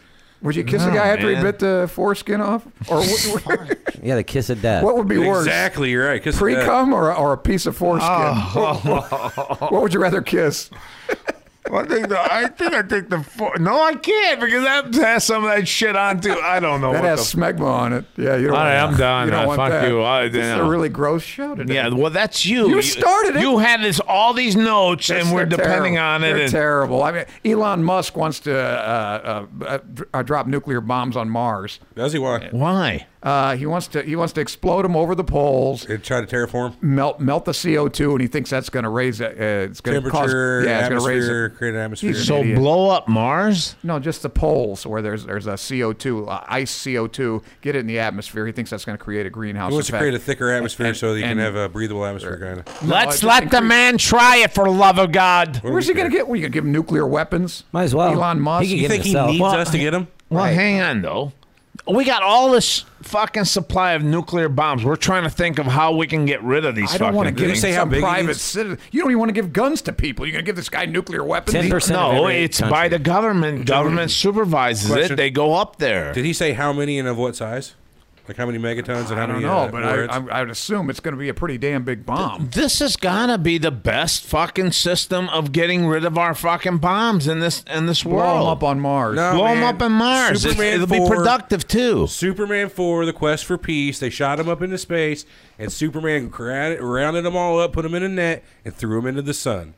Would you kiss the
No,
guy after
man.
he bit the foreskin off, or what,
yeah, the kiss of death.
what would be worse?
Exactly, you're right. 'cause of
Pre
that.
cum or, or a piece of foreskin?
Oh.
What, what would you rather kiss?
I think the, I think I think the four, no, I can't because that has some of that shit on too. I don't know.
That
what
has
the
smegma on it. Yeah, you don't.
All right, I'm done.
You don't
Uh,
want
fuck
that.
you. I-
this is
yeah.
a really gross show today.
Yeah, well, that's you.
You started it.
You had this all these notes,
Yes,
and we're
they're
depending
terrible.
on it.
They're
and-
terrible. I mean, Elon Musk wants to uh, uh, uh, dr- uh, drop nuclear bombs on Mars.
Does he why?
Why?
Uh, he wants to he wants to explode them over the poles,
They try to terraform
melt melt the CO two, and he thinks that's going to raise it. Uh, it's going to cause
temperature,
yeah, it's going to raise
atmosphere,
it.
create an atmosphere.
He's
So
Idiot.
blow up Mars?
No, just the poles where there's there's a CO two uh, ice CO two get it in the atmosphere. He thinks that's going to create a greenhouse.
he wants to
effect.
create a thicker atmosphere
And-
so that you can
and-
have a breathable atmosphere, kind of.
Let's
I
let
just
the
increase-
man try it for love of God.
Where's he going to get? What are you going to give him nuclear weapons?
Might as well.
Elon Musk.
He could
You
get
think he
himself.
needs
Well,
us to get him?
Well, hang on though. We got all this fucking supply of nuclear bombs. We're trying to think of how we can get rid of these.
I don't want to
fucking
give
things.
say how
some
big he
private
is?
citizen. You don't even want to give guns to people. You're going to give this guy nuclear weapons.
Ten percent.
No, it's by the government. Government supervises
Question.
it. They go up there.
Did he say how many and of what size? Like how many megatons and how
I don't
many?
know,
uh,
but
warheads?
I, I, I would assume it's going to be a pretty damn big bomb.
this is gonna be the best fucking system of getting rid of our fucking bombs in this in this
Blow
world.
them up on Mars.
No.
Blow 'em
man.
up in Mars. It's-
Superman
it'll be
4.
productive too.
Superman 4, The Quest for Peace, they shot him up into space, and Superman crowded, rounded them all up, put them in a net, and threw them into the sun.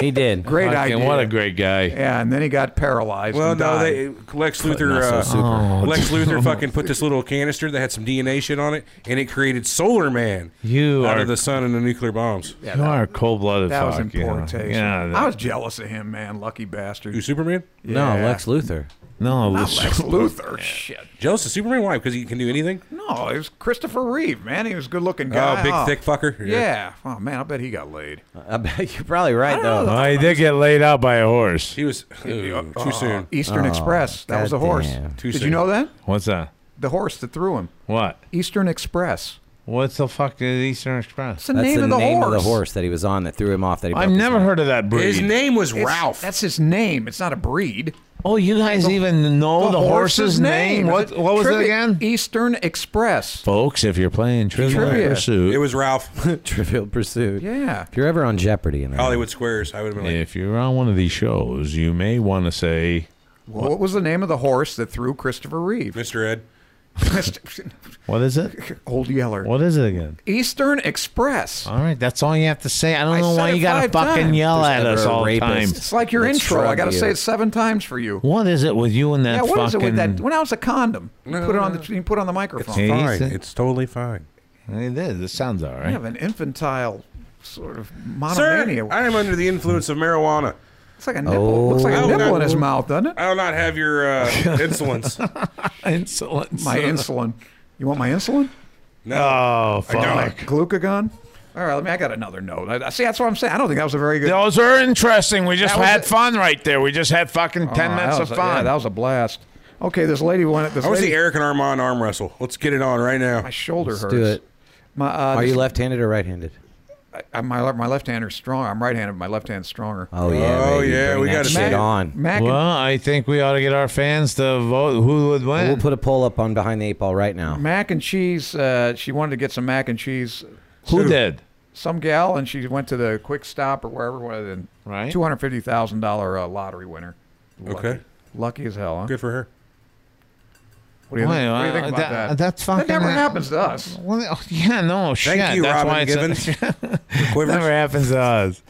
He did.
Great
Fucking
idea.
what a great guy.
yeah, and then he got paralyzed.
Well,
and
no,
died.
they Lex Luthor.
so
Uh,
super.
Lex Luthor fucking put this little canister that had some DNA shit on it, and it created Solar Man
You
out
are
of the sun and the nuclear bombs.
you are a cold blooded.
that was
fuck, you know.
importation.
Yeah.
I was jealous of him, man. Lucky
You
bastard.
Superman?
No,
Yeah.
Lex Luthor.
No,
Not Lex
Lex-
Luthor. Shit.
Joe's the Superman. Why? Because he can do anything.
No, it was Christopher Reeve, man. He was a good looking guy.
Oh,
Oh,
big, thick fucker. Yeah.
Yeah. Oh, man, I bet he got laid. Uh,
I bet you're probably right though.
Oh, he did get laid out by a horse.
He was Ew, too soon.
Eastern Express. That was a horse.
goddamn.
Too
Did you
soon.
know that?
What's that?
The horse that threw him.
What?
Eastern Express.
What's the fuck is Eastern Express?
It's the
That's
name,
the
of, the
name
horse.
of the horse that he was on that threw him off. That he broke
I've
his
never
neck.
heard of that breed.
His name was
It's-
Ralph.
That's his name. It's not a breed.
Oh, you guys even know Oh, the, horse's, name? What?
It's a
What was it
trivia-
again?
Eastern Express.
Folks, if you're playing Trivial
Trivia.
Pursuit,
it was Ralph.
Trivial Pursuit.
Yeah.
If you're ever on Jeopardy in there,
Hollywood Squares. I would have been like,
if you're on one of these shows, you may want to say,
What? was the name of the horse that threw Christopher Reeve?
Mr. Ed.
Mr.
"What is it?
Old Yeller.
What is it again?"
Eastern Express.
All right, that's all you have to say. I don't
I
know why
said it
you gotta
five
fucking
times.
yell
There's
at us
never a
all the time.
rapist.
It's like your
Let's
intro.
shrug
I got to
you.
say it seven times for you.
What is it with you and that
yeah, what
fucking?
is it with that? When I was a condom, you
No,
put it on
no.
the you put it on the microphone.
Hey,
Fine.
said-
It's totally fine.
It is. It sounds all
I
right.
have an infantile sort of monomania.
Sir, I am under the influence of marijuana.
It's like a nipple. Looks like a
Oh.
nipple
Oh,
in his
God.
mouth, doesn't it?
I will not have your uh, insolence.
Insolence.
My insulin. You want my insulin?
No.
Oh
My
fuck!
glucagon. All right, let me. I got another note. I, I- see, that's what I'm saying. I don't think that was a very good.
Those are interesting. We just
That was
had
it.
fun right there. We just had fucking ten
Oh, that
minutes of
was a- yeah,
fun.
that was a blast. Okay, this lady wanted. This
I want to
lady,
see Eric and Armand arm wrestle. Let's get it on right now.
My shoulder
Let's
hurts.
do it.
My, uh,
Are
this-
you left-handed or right-handed?
I, my le- my left hand is strong. I'm right handed. My left hand's stronger.
Oh yeah.
Oh,
baby.
yeah,
Bring
we
that
gotta
shit
make-
on.
Mac
well, I think we ought to get our fans to vote who would win.
We'll put a poll up on behind the eight ball right now.
and, mac and cheese. Uh, she wanted to get some mac and cheese.
who did?
Some gal, and she went to the Quick Stop or wherever. it was, And
Right.
Two hundred fifty thousand dollar uh, lottery winner. Lucky.
Okay.
Lucky as hell. Huh?
Good for her.
What do you think,
Wait,
what do you think
uh,
about
that-
that?
that's
That never
fucking-
happens to us.
Well, oh, yeah, no shit.
Thank you,
That's why
Robin
it's a-
Givens.
It
Quivers.
never happens to us.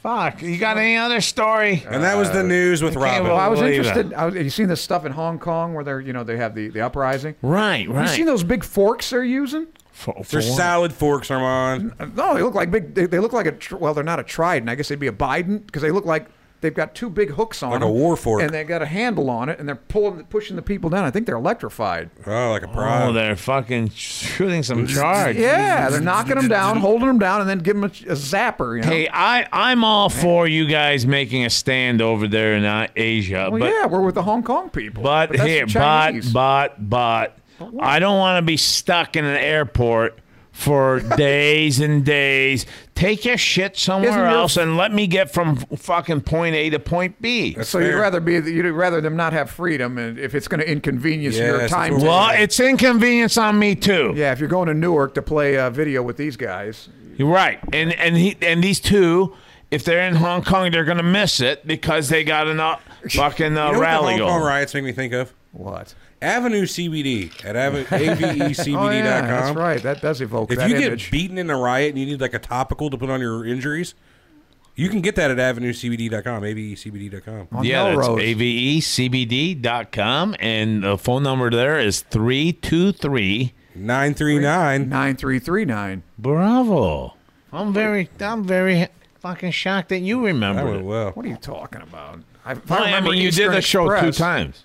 Fuck. You got any other story?
And that was the news with
can't
Robin.
Well, I was
Believe
interested. I was, have you seen this stuff in Hong Kong where they're, you know, they have the, the uprising?
Right, right.
Have you seen those big forks they're using?
For- for
They're
what?
salad forks, Armand.
Uh, No, they look like big. They, they look like a. tr- Well, they're not a trident. I guess they'd be a Biden because they look like they've got two big hooks on
Like a
them,
war fork.
and they got a handle on it, and they're pulling, pushing the people down. I think they're electrified.
Oh, like a prod.
Oh, they're fucking shooting some charge.
Yeah, they're knocking them down, holding them down, and then giving them a, a zapper. You know?
Hey, I, I'm all for you guys making a stand over there in uh, Asia,
well,
but
yeah, we're with the Hong Kong people.
But,
that's the
here, but,
Chinese.
but, but, I don't want to be stuck in an airport for days and days. Take your shit
Isn't
somewhere
your-
else and let me get from fucking point A to point B.
so you'd
fair.
rather be you'd rather them not have freedom, and if it's going to inconvenience your
Yes,
time.
it's-
Well, it's inconvenience on me too.
Yeah, if you're going to Newark to play uh, video with these guys,
You're right. And and he and these two, if they're in Hong Kong, they're gonna miss it because they got an uh, fucking uh,
You know what the
rally
Hong
going.
Kong riots make me think of? E
what?
Avenue CBD at ave- E
Oh
avecbd.com.
yeah, that's right. That does evoke
If
that
you
image.
get beaten in a riot and you need like a topical to put on your injuries, you can get that at avenuecbd.com, avecbd.com.
on
Yeah, that's E
Melrose.
avecbd.com, and the phone number there is three two three.
939.
9339.
Bravo! I'm very, I'm very fucking shocked that you
That
remember.
went well.
What are you talking about? I, if
Well, I,
remember
mean, you
Eastern
did the show
Express,
two times.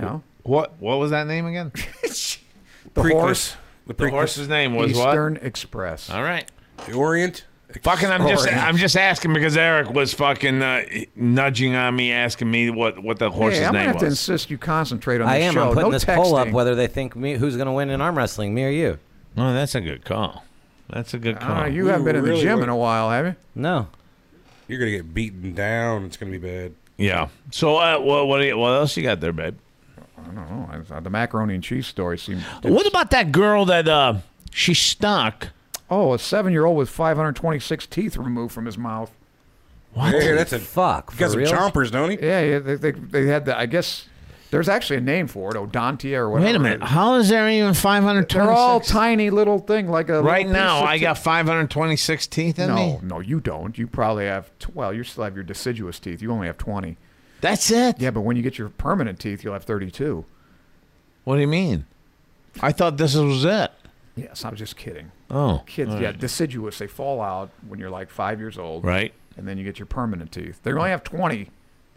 know,
What? What was that name again?
the
Preakness.
horse,
The,
The
Preakness.
horse's name was
Eastern Express.
what? All right.
The Orient. Oh,
Fucking, I'm just,
Sorry.
I'm just asking because Eric was fucking uh, nudging on me, asking me what, what the horse's
Hey, I'm gonna
name
have to
was.
insist you concentrate on
I
this
am.
show.
I'm putting
no
this
texting.
poll up whether they think me who's going to win in arm wrestling, me or you.
oh, that's a good call. That's a good call.
Ah, you
We
haven't been in the
really
gym
were-
in a while, have you?
No.
You're going to get beaten down. It's going to be bad.
yeah. So, uh, what, what, do you- what else you got there, babe?
Oh, I thought the macaroni and cheese story seemed.
What about that girl that uh, she stuck?
Oh, a seven-year-old with 526 teeth removed from his mouth.
What?
Yeah, that's a.
Fuck.
You
For
got some
real?
chompers, don't he?
Yeah, yeah they, they, they had the. I guess there's actually a name for it, odontia or whatever.
Wait a minute. How is there even 526?
They're all tiny little thing like a.
Right
little piece
now,
of
I
ti-
got 526 teeth in me.
No, no, you don't. You probably have. T- well, you still have your deciduous teeth. You only have 20.
That's it.
Yeah, but when you get your permanent teeth, you'll have 32.
What do you mean? I thought this was it.
Yes, I was just kidding.
Oh.
Kids, yeah, deciduous. They fall out when you're like five years old,
Right.
And then you get your permanent teeth. They only have 20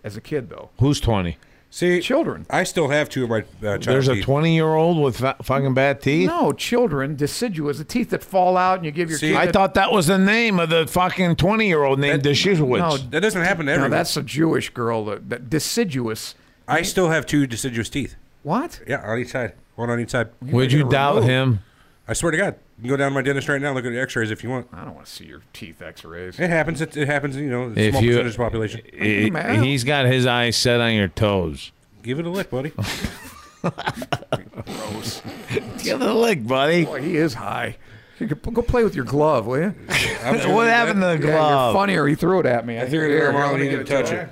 as a kid, though.
Who's 20?
See,
Children.
I still have two of my uh, child
There's a
teeth.
20 year old with fa- fucking bad teeth.
No, children, deciduous, the teeth that fall out and you give your
See,
kid.
I
a-
thought that was the name of the fucking 20 year old named Deshewitz.
no,
That doesn't happen to
no,
everyone.
that's a Jewish girl. That, that deciduous.
I still have two deciduous teeth.
What?
Yeah, on each side. One on each side.
Would you doubt
removed.
him?
I swear to God, you can go down to my dentist right now. and Look at the X-rays if you want.
I don't want to see your teeth X-rays.
Eh,
It happens. It, it happens. You know, it's a
If
small
you-
percentage of the population.
He-
man.
eh, He's got his eyes set on your toes.
Give it a lick, buddy.
Give it a lick, buddy.
Boy, he is high. You could, go play with your glove, will you?
What happened to the
Yeah, you're
glove?
funnier. He threw it at me. I
Here,
Here,
here,
here,
Mom,
let me
you can
give to
touch
you.
it.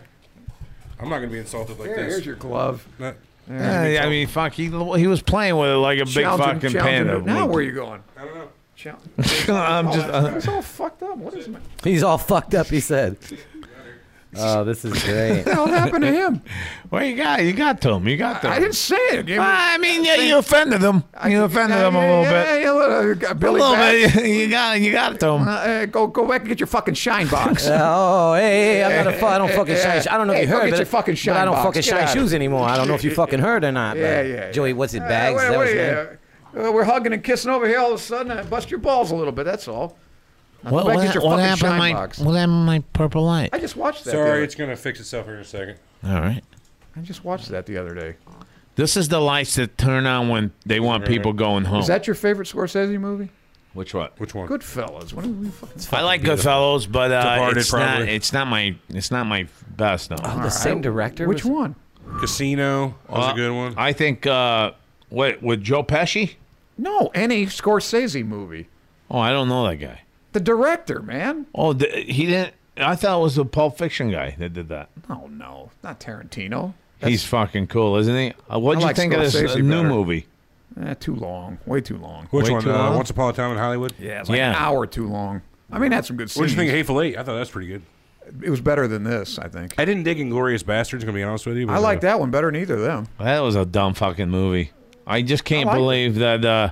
I'm not gonna be insulted like
Here,
this.
here's your glove.
Not-
Yeah, I mean, fuck, he, he was playing with it like a big
Challenge him,
fucking
challenge him.
panda.
Now where are you going?
I don't know.
Challenge-
I'm just,
It's all fucked up. What is my...
He's all fucked up. He said. Oh, this is great.
What happened to him?
well, you got, you got to him. You got to him.
I didn't say it. Give me-
I mean, yeah, you offended him. Ah, You offended him a little
yeah,
bit.
yeah, little- uh,
A
Billy
little
Bat-
bit. You got, you got to
Uh,
him.
uh, go go back and get your fucking shine box.
Oh, hey, hey, I'm not a fu- I don't fucking shine. I don't know if
Hey,
you
go
heard,
get
but,
your fucking
but I
shine
don't
box.
fucking
Get
shine
out of
shoes anymore. I don't know if you fucking heard or not.
yeah,
but
yeah.
Joey, what's it,
Uh,
bags?
what-
Is that
what
was
are you- uh, we're hugging and kissing over here. All of a sudden, I bust your balls a little bit. That's all.
What,
go back and get your fucking shine
my,
box.
what happened to my purple light?
I just watched that. the
Sorry,
other-
it's gonna fix itself here in a second.
All right.
I just watched that the other day.
This is the lights that turn on when they want people going home.
Is that your favorite Scorsese movie?
Which one?
Which one?
Goodfellas. What are we fucking?
I like Goodfellas, but uh,
Departed,
it's not.
probably.
It's not my. It's not my best. No.
The same director?
Which
was-
one?
Casino was
Uh,
a good one.
I think. Uh, what with Joe Pesci?
No, any Scorsese movie.
Oh, I don't know that guy.
The director, man.
Oh, the, he didn't. I thought it was the Pulp Fiction guy that did that.
Oh no, not Tarantino.
He's fucking cool, isn't he? Uh, what'd
I
you
like
think of this
Scorsese
uh, new
better.
movie?
Eh, too long. Way too long.
Which
Way
one?
too
Uh,
long?
Once upon a time in Hollywood.
Yeah, it's like
Yeah.
an hour too long. I mean, that's some good scenes.
What did you think of Hateful Eight? I thought that was pretty good.
It was better than this, I think.
I didn't dig Inglorious Bastards. Gonna be honest with you.
I
uh,
like that one better than either of them.
That was a dumb fucking movie. I just can't
I like it.
believe that. Uh,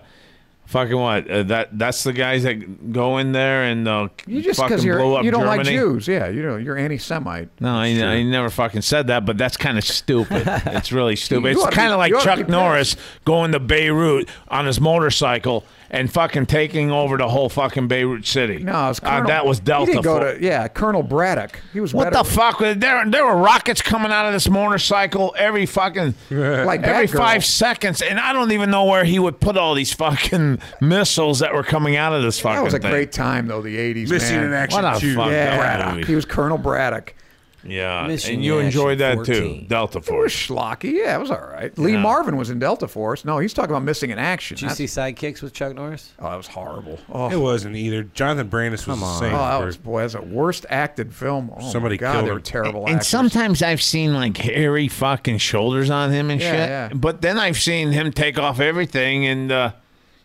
fucking what? Uh, that that's the guys that go in there and uh,
You just
fucking
because you're
blow up
you don't like
Germany.
Jews, yeah. You know you're anti-Semite.
No, I, I never fucking said that, but that's kind of stupid. it's really stupid.
You ought
It's
to
kind
be-
of like
you ought to be
Chuck
pissed.
Norris going to Beirut on his motorcycle and fucking taking over the whole fucking Beirut city.
No, it's
Uh,
Colonel,
that was Delta.
He didn't go
fo-
to yeah, Colonel Braddock. He was
what the
better,
fuck? There, there were rockets coming out of this motorcycle every fucking
like
every
Batgirl.
five seconds, and I don't even know where he would put all these fucking missiles that were coming out of this fucking.
That was a
thing.
great time though, the '80s.
Missing
man.
in action
What a
two.
fuck
Yeah,
that
He
movie.
was Colonel Braddock.
Yeah,
Mission
and you
Action
enjoyed that
14.
too, Delta
It was
Force.
schlocky. Yeah, it was all right. Lee Marvin was in Delta Force. No, he's talking about missing in action.
Did you
That's-
see Sidekicks with Chuck Norris?
oh, that was horrible.
It wasn't either. Jonathan Brandis was the same.
Oh, that was boy, that's the worst acted film. Oh,
Somebody
my God,
killed
they
her.
were terrible.
And
actors.
sometimes I've seen like hairy fucking shoulders on him and
Yeah,
shit.
yeah.
But then I've seen him take off everything and, uh,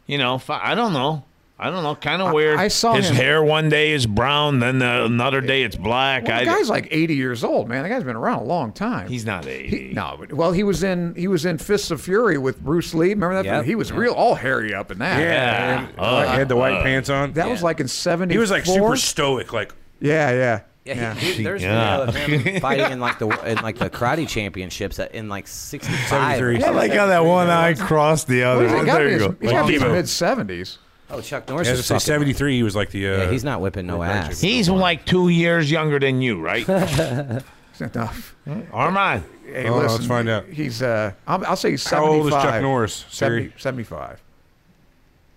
you know, fu- I don't know. I don't know. Kind of weird.
I saw
his
him-
hair one day is brown, then uh, another day it's black.
Well,
I,
the guy's like 80 years old, man. The guy's been around a long time.
he's not
He-
eighty.
no, but- well, he was in he was in Fists of Fury with Bruce Lee. Remember that?
Yep.
He was real all hairy up in that.
Yeah.
Yeah.
Uh,
I had the white
uh,
pants on.
that was like in 70.
he was like super stoic. Like
Yeah, yeah.
Yeah, he- he- there's
Yeah.
video of him fighting in like the in like the karate championships at- in like '65.
73.
I like how that one eye crossed the other.
He's got to be
you
his,
go.
he's gotta be in
Like
his mid 70s.
Oh, Chuck Norris
as I
is
say,
fucking.
seventy three. He was like the. Uh,
Yeah, he's not whipping no ass.
He's like two years younger than you, right?
Enough.
Armand.
Hey,
Oh, let's
listen,
find out.
He's uh, I'm, I'll say he's 75.
How old is Chuck Norris? Siri?
70, 75.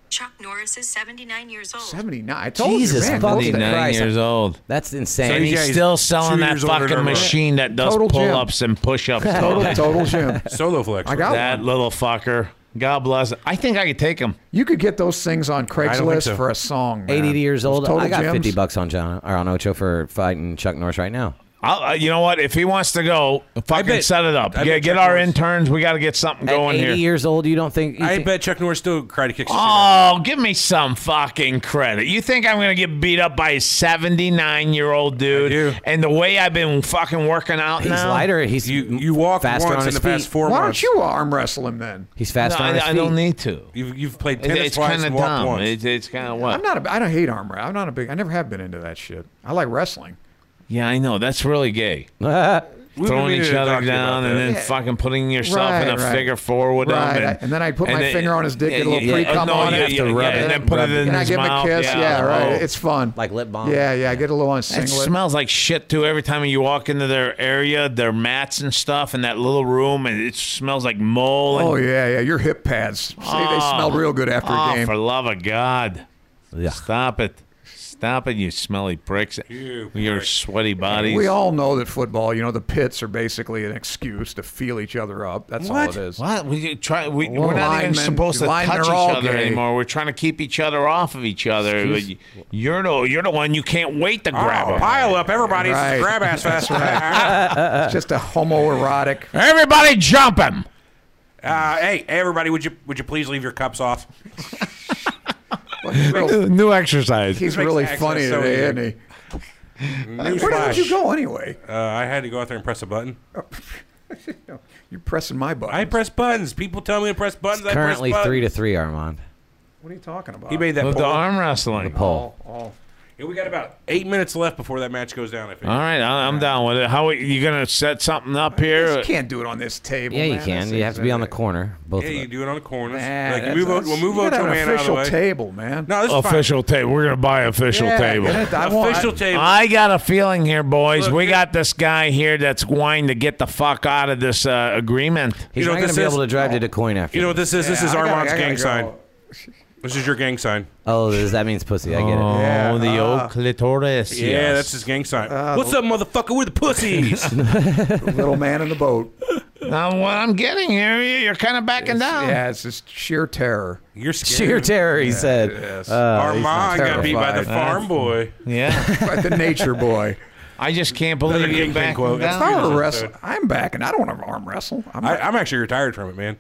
Chuck Norris is 79 years old.
79. I told
Jesus
you, man.
fucking
close to-
Christ. Christ.
years old.
That's insane.
So
And
Yeah,
he's
he's
still
two
selling that
years older than
fucking
everyone.
machine that does
Total gym.
pull ups and push ups.
Total, total Jim.
solo flex.
I got
that
one.
little fucker. God bless. it. I think I could take him.
You could get those things on
don't think
Craigslist
so.
for a song. Man.
80 years old.
Those total
I got
gems.
50 bucks on John or on Ocho for fighting Chuck Norris right now.
I'll, uh, you know what? If he wants to go, fucking
bet-
set it up.
I
yeah,
bet
get
Chuck
our
Norris-
interns. We got to get something
At
going
80
here.
years old, you don't think? You
I
think-
bet Chuck Norris still karate kicks. the shit out
Oh, give me some fucking credit. You think I'm going to get beat up by a 79 year old dude?
do.
And the way I've been fucking working out
he's
now.
lighter. He's
of him. You you walked
faster
once
on
in
his
the past
feet.
four
Why
months.
don't you arm wrestle him then?
He's
No,
faster on his
I, I
feet.
don't need to.
You've you've played
It-
tennis
it's
twice
kind
and
of
walked
dumb.
once.
It, it's kind of what?
I'm not. A, I don't hate arm wrestling. I'm not a big. I never have been into that shit. I like wrestling.
yeah, I know. That's really gay.
We've been
throwing
meaning
each
to
other
talk to you about
down and
that.
then
Yeah.
fucking putting yourself in a
Right, right.
figure four with
Right,
him.
I- and then I'd put my finger on his dick, get a little pre-cum
no,
on
yeah,
it.
yeah,
Have to
yeah,
rub
and
it.
then put it in
Can I
his
give him a
mouth.
kiss? Yeah, right.
oh.
It's fun.
Like lip balm.
Yeah, yeah. Get a little on
It
singlet.
smells like shit too. Every time you walk into their area, their mats and stuff, and that little room, and it smells like mold. and-
Oh yeah, yeah. Your hip pads. See, they
Oh.
Ah.
smell real good after
Oh,
a game.
for love of God! Stop it! Stop it! You smelly pricks!
You
Your
prick.
sweaty bodies.
We all know that football, you know, the pits are basically an excuse to feel each other up. That's all
What?
it is.
What? We try. We,
Well,
we're not even
linemen-
supposed to
linemen
touch
are
each
all
other
gay.
anymore. We're trying to keep each other off of each other. But y- You're the you're the one you can't wait to grab.
Oh,
'em.
pile up, everybody! This is
Right.
Grab ass fest.
It's just a homoerotic.
Everybody jump him!
uh, hey, everybody! Would you would you please leave your cups off?
He's real-
New exercise.
he's
makes
really
access
funny
so
today,
easy.
isn't he? Where
Newsflash.
did you go anyway?
Uh, I had to go out there and press a button.
You're pressing my button.
I press buttons. People tell me to press buttons. I press
Currently
buttons.
three to three, Armand.
what are you talking about? Oh,
He made that
The
poll.
arm wrestling.
Paul.
Yeah, we got about eight minutes left before that match goes down. I think.
All right, I- I'm down with it. How are you gonna set something up
You
here?
can't do it on this table.
Yeah, you
man.
can.
This
You have
is-
to be on the corner. Both
yeah,
of
you
you.
do it on the corners.
Man,
like, you
that's-
move,
that's-
we'll move
you got
Ocho
an
Man out of the
official
way.
table, man.
No, this is fine.
Official table. We're gonna buy official
Yeah,
table.
get it. I want-
official table.
I got a feeling here, boys.
Look,
we
it-
got this guy here that's wanting to get the fuck out of this uh, agreement.
You
He's
know
not
what
going to
this
be
is?
able to drive to DeCoin after.
you know what this is? this
Yeah,
is
I gotta-
Armand's
I gotta
gang
go.
sign. This is your gang sign.
Oh, this, that means pussy. I get it.
Yeah,
oh, the
uh,
old clitoris.
Yeah,
yes.
that's his gang sign. What's up, motherfucker? We're the pussies.
Little man in the boat.
Now, Uh, what I'm getting here, you- you're kind of backing
Oh.
down.
Yeah, it's just sheer terror.
You're scared.
Sheer terror, he said. Uh,
Yes.
Armand got beat by the
Uh, terrified.
farm boy.
Yeah.
Like the nature boy.
I just can't believe
Another
you're
Kingpin
backing
quote. That's
down.
not-
I'm
Heroes
a wrestler.
episode.
I'm back, and I don't want to arm wrestle. I'm
I,
not,
I'm actually retired from it, man.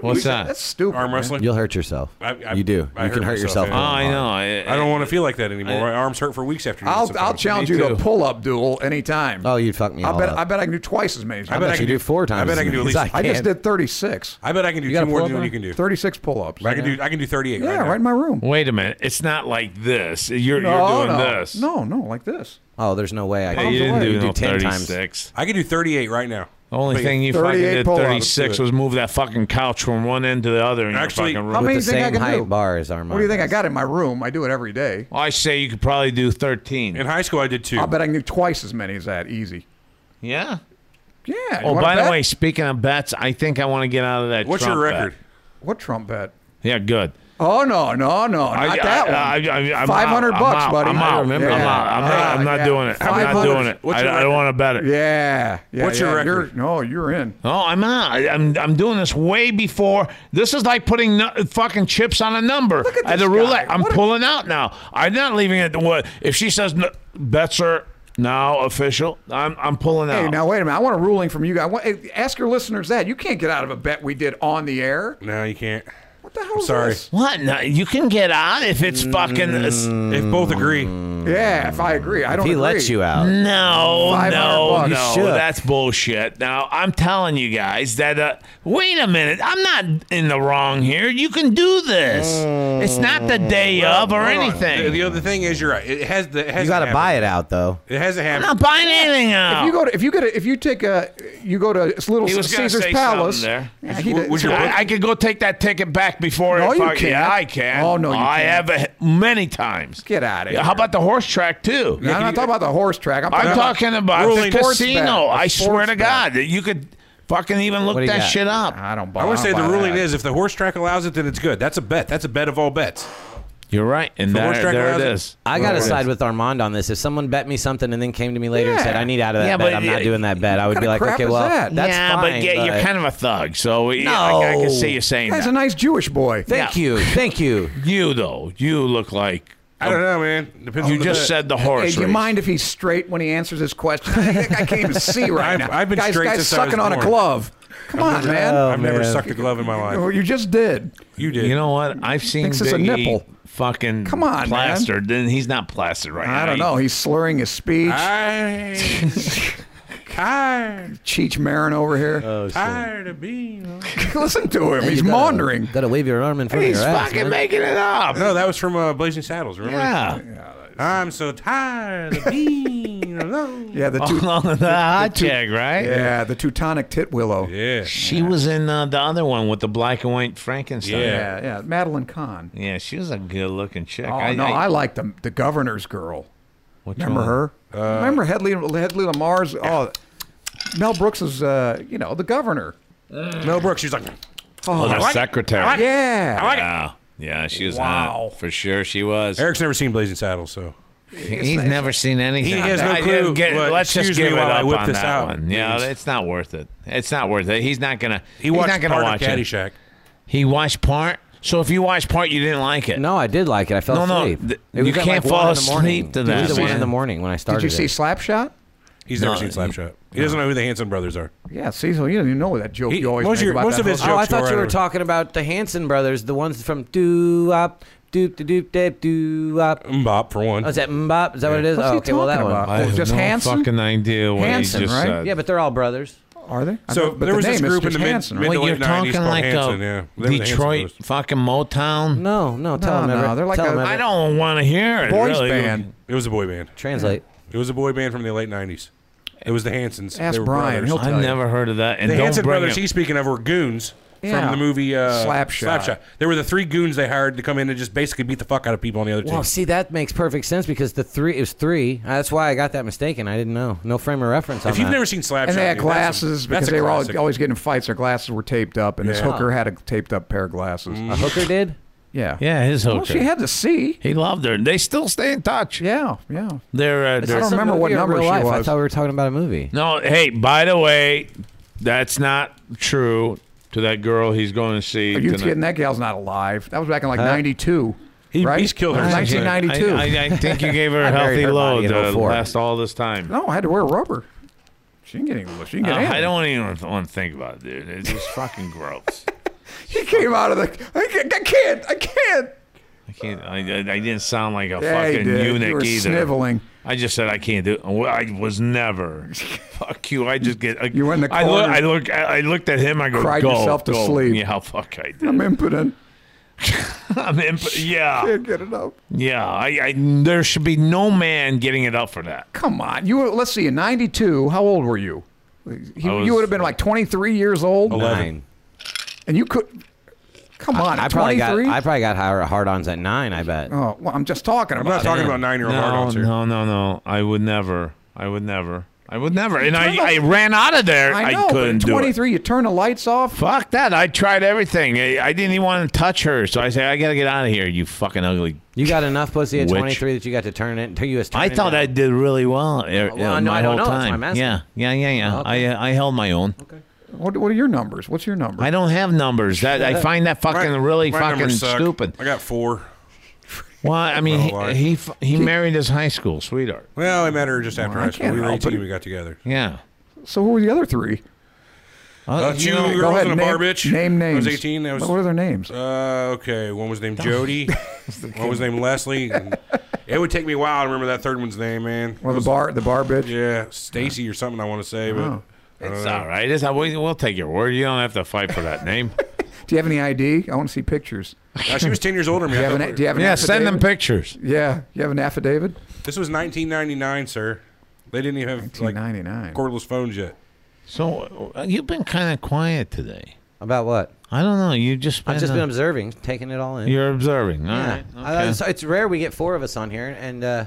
What's
that's
that?
stupid.
Arm
man.
wrestling.
You'll hurt yourself.
I- I-
you do.
I
you can
hurt
hurt
myself,
yourself.
yeah.
Oh, I
going
know.
hard.
I,
I don't want to feel like that anymore. My arms hurt for weeks after.
I'll,
this
I'll
sometimes.
challenge you to a pull-up duel anytime.
Oh, you'd fuck me
I
all
bet.
up.
I bet I can do twice as many. As you.
I bet I
You
can
do four times.
I bet I
as
can do at
many as
least-
I
can.
just did 36.
I bet I can do
got
two
a
more
pull-up
than
bar?
you can do.
36 pull-ups.
I can do. I can do 38.
Yeah,
now.
right in my room.
Wait a minute. It's not like this. You're,
no,
you're doing
no.
this.
No, no, like this.
Oh, there's no way I
Hey,
can.
you didn't
away.
do,
You
no
do 10 times.
36.
I can do 38 right now.
Only
But
thing you fucking
38
did
pull-ups.
36 was move that fucking couch from one end to the other in
Actually,
your fucking
How
room.
many
With
do
the
you think I
same
can
height
do?
bars, Armand.
What do you think I got in my room? I do it every day.
I say you could probably do 13.
In high school, I did two.
I bet I can do twice as many as that. Easy.
yeah.
Yeah. you
Oh,
wanna
by the
bet?
way, speaking of bets, I think I want to get out of that.
What's
Trump
your record?
bet.
what Trump bet?
Yeah, good.
Oh no, no, no, not
I- I-
that one.
I- I- I'm
Five hundred
out. I'm
bucks,
out.
buddy.
I'm out.
Yeah.
I'm out. I'm not, I'm not
Yeah.
doing it. I'm not
500.
doing it.
What's
I,
your
I don't
record?
want to bet it.
Yeah, yeah.
What's your
yeah.
record?
You're, no, you're in.
Oh, I'm not. I, am I'm doing this way before. This is like putting nu- fucking chips on a number Look
at
at the
this
roulette.
guy.
I'm
What a-
pulling out now. I'm not leaving it. to What if she says no, bets are now official? I'm I'm pulling out.
Hey, now wait a minute. I want a ruling from you guys. What- hey, Ask your listeners that. You can't get out of a bet we did on the air.
No, you can't.
What the hell? is
sorry.
This?
what? No, you can get out if it's fucking.
If both agree,
Yeah, if I agree, I don't.
He
agree.
lets you
Mm.
out.
No,
500
no,
bucks.
no.
You should.
That's bullshit. Now I'm telling you guys that. Uh, wait a minute, I'm not in the wrong here. You can do this.
Mm.
It's not the day of or
Hold on.
anything.
The, the other thing is, you're right. It has the. It
You
hasn't
got to
happened.
buy it out though.
It hasn't
I'm
happened.
not buying anything out.
If you go to, if you get, a, if you take a, you go to Little
He was gonna
Caesar's
say
Palace.
something there.
Yeah, he
Would-
did.
would you-
I, I could go take that ticket back before.
No,
it
you
fuck- Yeah,
can't.
I can.
Oh, no, you
I
can't.
have a, many times.
Get outta
Yeah,
here.
How about the horse track too?
No, I'm not talking about the horse track. I'm,
I'm talking about the
Ruling sports
casino.
bet.
I
A
swear
sports
to
bet.
God that you could fucking even look
What do you
that
got?
shit up.
I don't buy.
I would say
don't
the
buy
ruling
that.
is if the horse track allows it, then it's good. That's a bet. That's a bet of all bets.
You're right, and
The
there,
horse track
there
allows
it
it.
is.
I got to side with Armand on this. If someone bet me something and then came to me later and said,
Yeah.
"I need out of that
Yeah,
bet.
but
I'm not
y-
doing that bet," I would
kind
be
of
like,
crap
"Okay,
is
well,
that?
that's
yeah,
fine."
but yeah, you're kind of a thug, so yeah, I, I can see you saying
That's
that.
a nice Jewish boy.
Thank you, thank you.
you though, you look like
I don't know, man. Depends.
you
on the
just
bet.
said the
Hey,
horse.
do you
race.
mind if he's straight when he answers his question? I think I can't even see right
I've-
now.
I've been
guy's,
straight
guy's
since I was
sucking on a
born. Oh,
glove. Come on, man.
I've never sucked a glove in my
Oh,
life.
you just did.
You did.
You know what? I've seen
Thinks it's a
Big E
nipple.
fucking
Come on, man.
plastered. Then he's not plastered right now.
I don't know. He's slurring his speech.
Ah. I, tired,
Cheech Marin over here.
Uh. tired of being.
Listen to him.
You
He's
gotta-
maundering.
Gotta wave your arm in front
He's
of your ass.
fucking
man.
making it up.
No, that was from uh, Blazing Saddles. Remember?
Yeah.
I'm so tired of being. alone.
Yeah, the two.
Oh, the hot chick, right?
Yeah, the Teutonic tit willow. Yeah,
Yeah.
She was in uh, the other one with the black and white Frankenstein.
Yeah.
yeah, Madeline Kahn.
Yeah, she was a good looking chick.
Oh no, I, like the the governor's girl.
which
Remember
one?
her?
Uh,
Remember Headley Headley Lamar's? Oh, Mel Brooks is uh, you know the governor.
Mel Brooks, she's like,
Oh, the
like it.
secretary.
I like it.
Yeah,
I like it.
Wow. Yeah, she was
Wow.
hot. For sure she was.
Eric's never seen Blazing Saddles, so
He's never seen anything.
He has no
I didn't
clue
Get,
what-
let's just
excuse me
give it
while I
up
whip
on
this
that
out,
one. Yeah,
please.
it's not worth it. It's not worth it. He's not gonna.
he watched
he's not gonna
part
watch
of
it.
Caddyshack.
He watched part. So if you watched part, you didn't like it.
No, I did like it. I fell
No, no,
asleep.
th-
it was
you
at,
can't
like,
fall
one in the morning.
asleep to
It was
that,
at one
man.
in the morning when I started.
Did you see
it.
Slapshot?
He's
No,
never seen Slapshot. He doesn't know who the Hanson brothers are.
Yeah, see, so you don't even know that joke
He-
you always
most of
make
your-
about
most
that
of his
whole-
Oh, I
jokes
thought
were
you were
over.
talking about the Hanson brothers, the ones from Doo Up, Doop Doop Doop Doop Up.
Mm.
Mbop for one.
Oh, is that Mbop? Is that what it is?
What's
oh,
he
okay, well that
talking
one.
about?
I
Oh,
have
just
no
Hanson?
fucking idea what
Hanson,
he just
right?
said.
Yeah, but they're all brothers.
Are they? I
So
thought- but
there
the
was this
name is
group in
just
the mid-
Hanson,
mid-
right?
to
Well, you're
late 90s
talking
called
like
Hanson, yeah.
a
They were the Hanson
Detroit
brothers.
fucking Motown.
No, no, tell them.
No, no,
Everett.
they're like
tell
a-
them,
I
Everett.
don't want to hear it.
boys
really.
band.
It was a boy band.
translate.
It was a boy band from the late '90s. It was the Hansons.
Ask
They were
Brian,
brothers.
he'll tell
I
you.
never heard of that. And
the
don't
Hanson
bring
brothers
it-
he's speaking of were goons
Yeah.
from the movie uh,
Slapshot.
They were the three goons they hired to come in and just basically beat the fuck out of people on the other
Well,
team.
see, that makes perfect sense because the three it was three. Uh, That's why I got that mistaken. I didn't know. No frame of reference on
If you've
that.
never seen Slapshot,
And they had
dude, that's a-
glasses
that's
because
a
they were all,
classic.
always getting in fights. Their glasses were taped up, and this
Yeah. Mm.
hooker had a taped up pair of glasses. Uh,
a hooker did.
Yeah.
Yeah, his hooker.
Well, she had the C.
he loved her. They still stay in touch.
Yeah, yeah.
They're, uh,
I
they're
don't remember what
Movie or
number
real
she
life? I
was.
thought we were talking about a movie.
No, hey, by the way, that's not true to that girl he's going to see.
Are you
tonight.
kidding? That gal's not alive. That was back in like '92.
He-
right?
he's killed her.
1992.
I, I, I think you gave her a
I buried
healthy
her body
load
in
to
04.
last all this time.
no, I had to wear rubber. She didn't get any. She didn't
Uh,
get anything.
I don't even want to think about it, dude. It's just fucking gross.
She came out of the. I can't. I can't. I can't.
I can't. I, I, I didn't sound like a
Yeah, you
fucking
did. You
eunuch
were
either.
sniveling.
I just said I can't do. it. Well, I was never. Fuck you. I just get. I,
You were in the
I look.
corner.
I look. I I looked at him. I go.
Cried
go,
yourself to
go.
sleep.
Yeah. Fuck. I did.
I'm impotent.
I'm imp- yeah.
Can't get it up.
Yeah. I, I. There should be no man getting it up for that.
Come on. You were, let's see. In '92, how old were you? He-
I was- Oh.
you would have been like 23 years old,
Nine.
and you could. Come on.
I
at
probably got.
23?
I probably got higher hard-ons at nine. I bet.
Oh, well, I'm just talking
I'm
about.
not talking
it.
about nine-year-old
No.
hard-ons here.
No. No. No. I would never. I would never. I would never. And I. I ran out of there.
I
I,
know. but
couldn't
at
do it.
23, you turn the lights off.
Fuck that. I tried everything. I, I didn't even want to touch her. So I said, I gotta get out of here. You fucking ugly.
You got enough pussy at
Which-
23 that you got to turn it. Until you was
I
turning
thought
down.
I did really well. er,
well,
uh,
no,
my
I
whole
don't know. That's why
time.
I'm asking.
yeah. Yeah. Yeah. Yeah.
Oh, okay.
I. Uh, I held my own.
What, what are your numbers? What's your number?
I don't have numbers. That I find that fucking
My-
really
my
fucking
numbers suck.
stupid.
I got four.
Well, I mean, he,
Well, I-
he f- he married his high school sweetheart.
Well, I met her just after
Well, I
high school.
can't
We were
help
18.
it.
We got together.
Yeah.
so who were the other three?
Uh, two girls
Go ahead.
in a
name,
bar, bitch.
Name
I
names.
was 18. I was.
What were their names?
Uh, okay. One was named Jody. one was named Leslie. and it would take me a while to remember that third one's name, man.
Well, the bar, the bar bitch.
Yeah, Stacy or something. I want to say, but
Oh.
It's all right. It's, uh, we, we'll take your word. You don't have to fight for that name.
Do you have any ID? I want to see pictures.
Uh, she was 10 years older than me.
Do you
I
have
thought-
an? Do you have an
yeah, send them
affidavit?
pictures.
Yeah, you have an affidavit.
This was 1999, sir. They didn't even have like
1999.
cordless phones yet.
So uh, you've been kind of quiet today.
About what?
I don't know. You just
I've just
uh,
been observing, taking it all in.
You're observing. All
yeah.
right.
I-
Okay.
so it's rare we get four of us on here, and uh,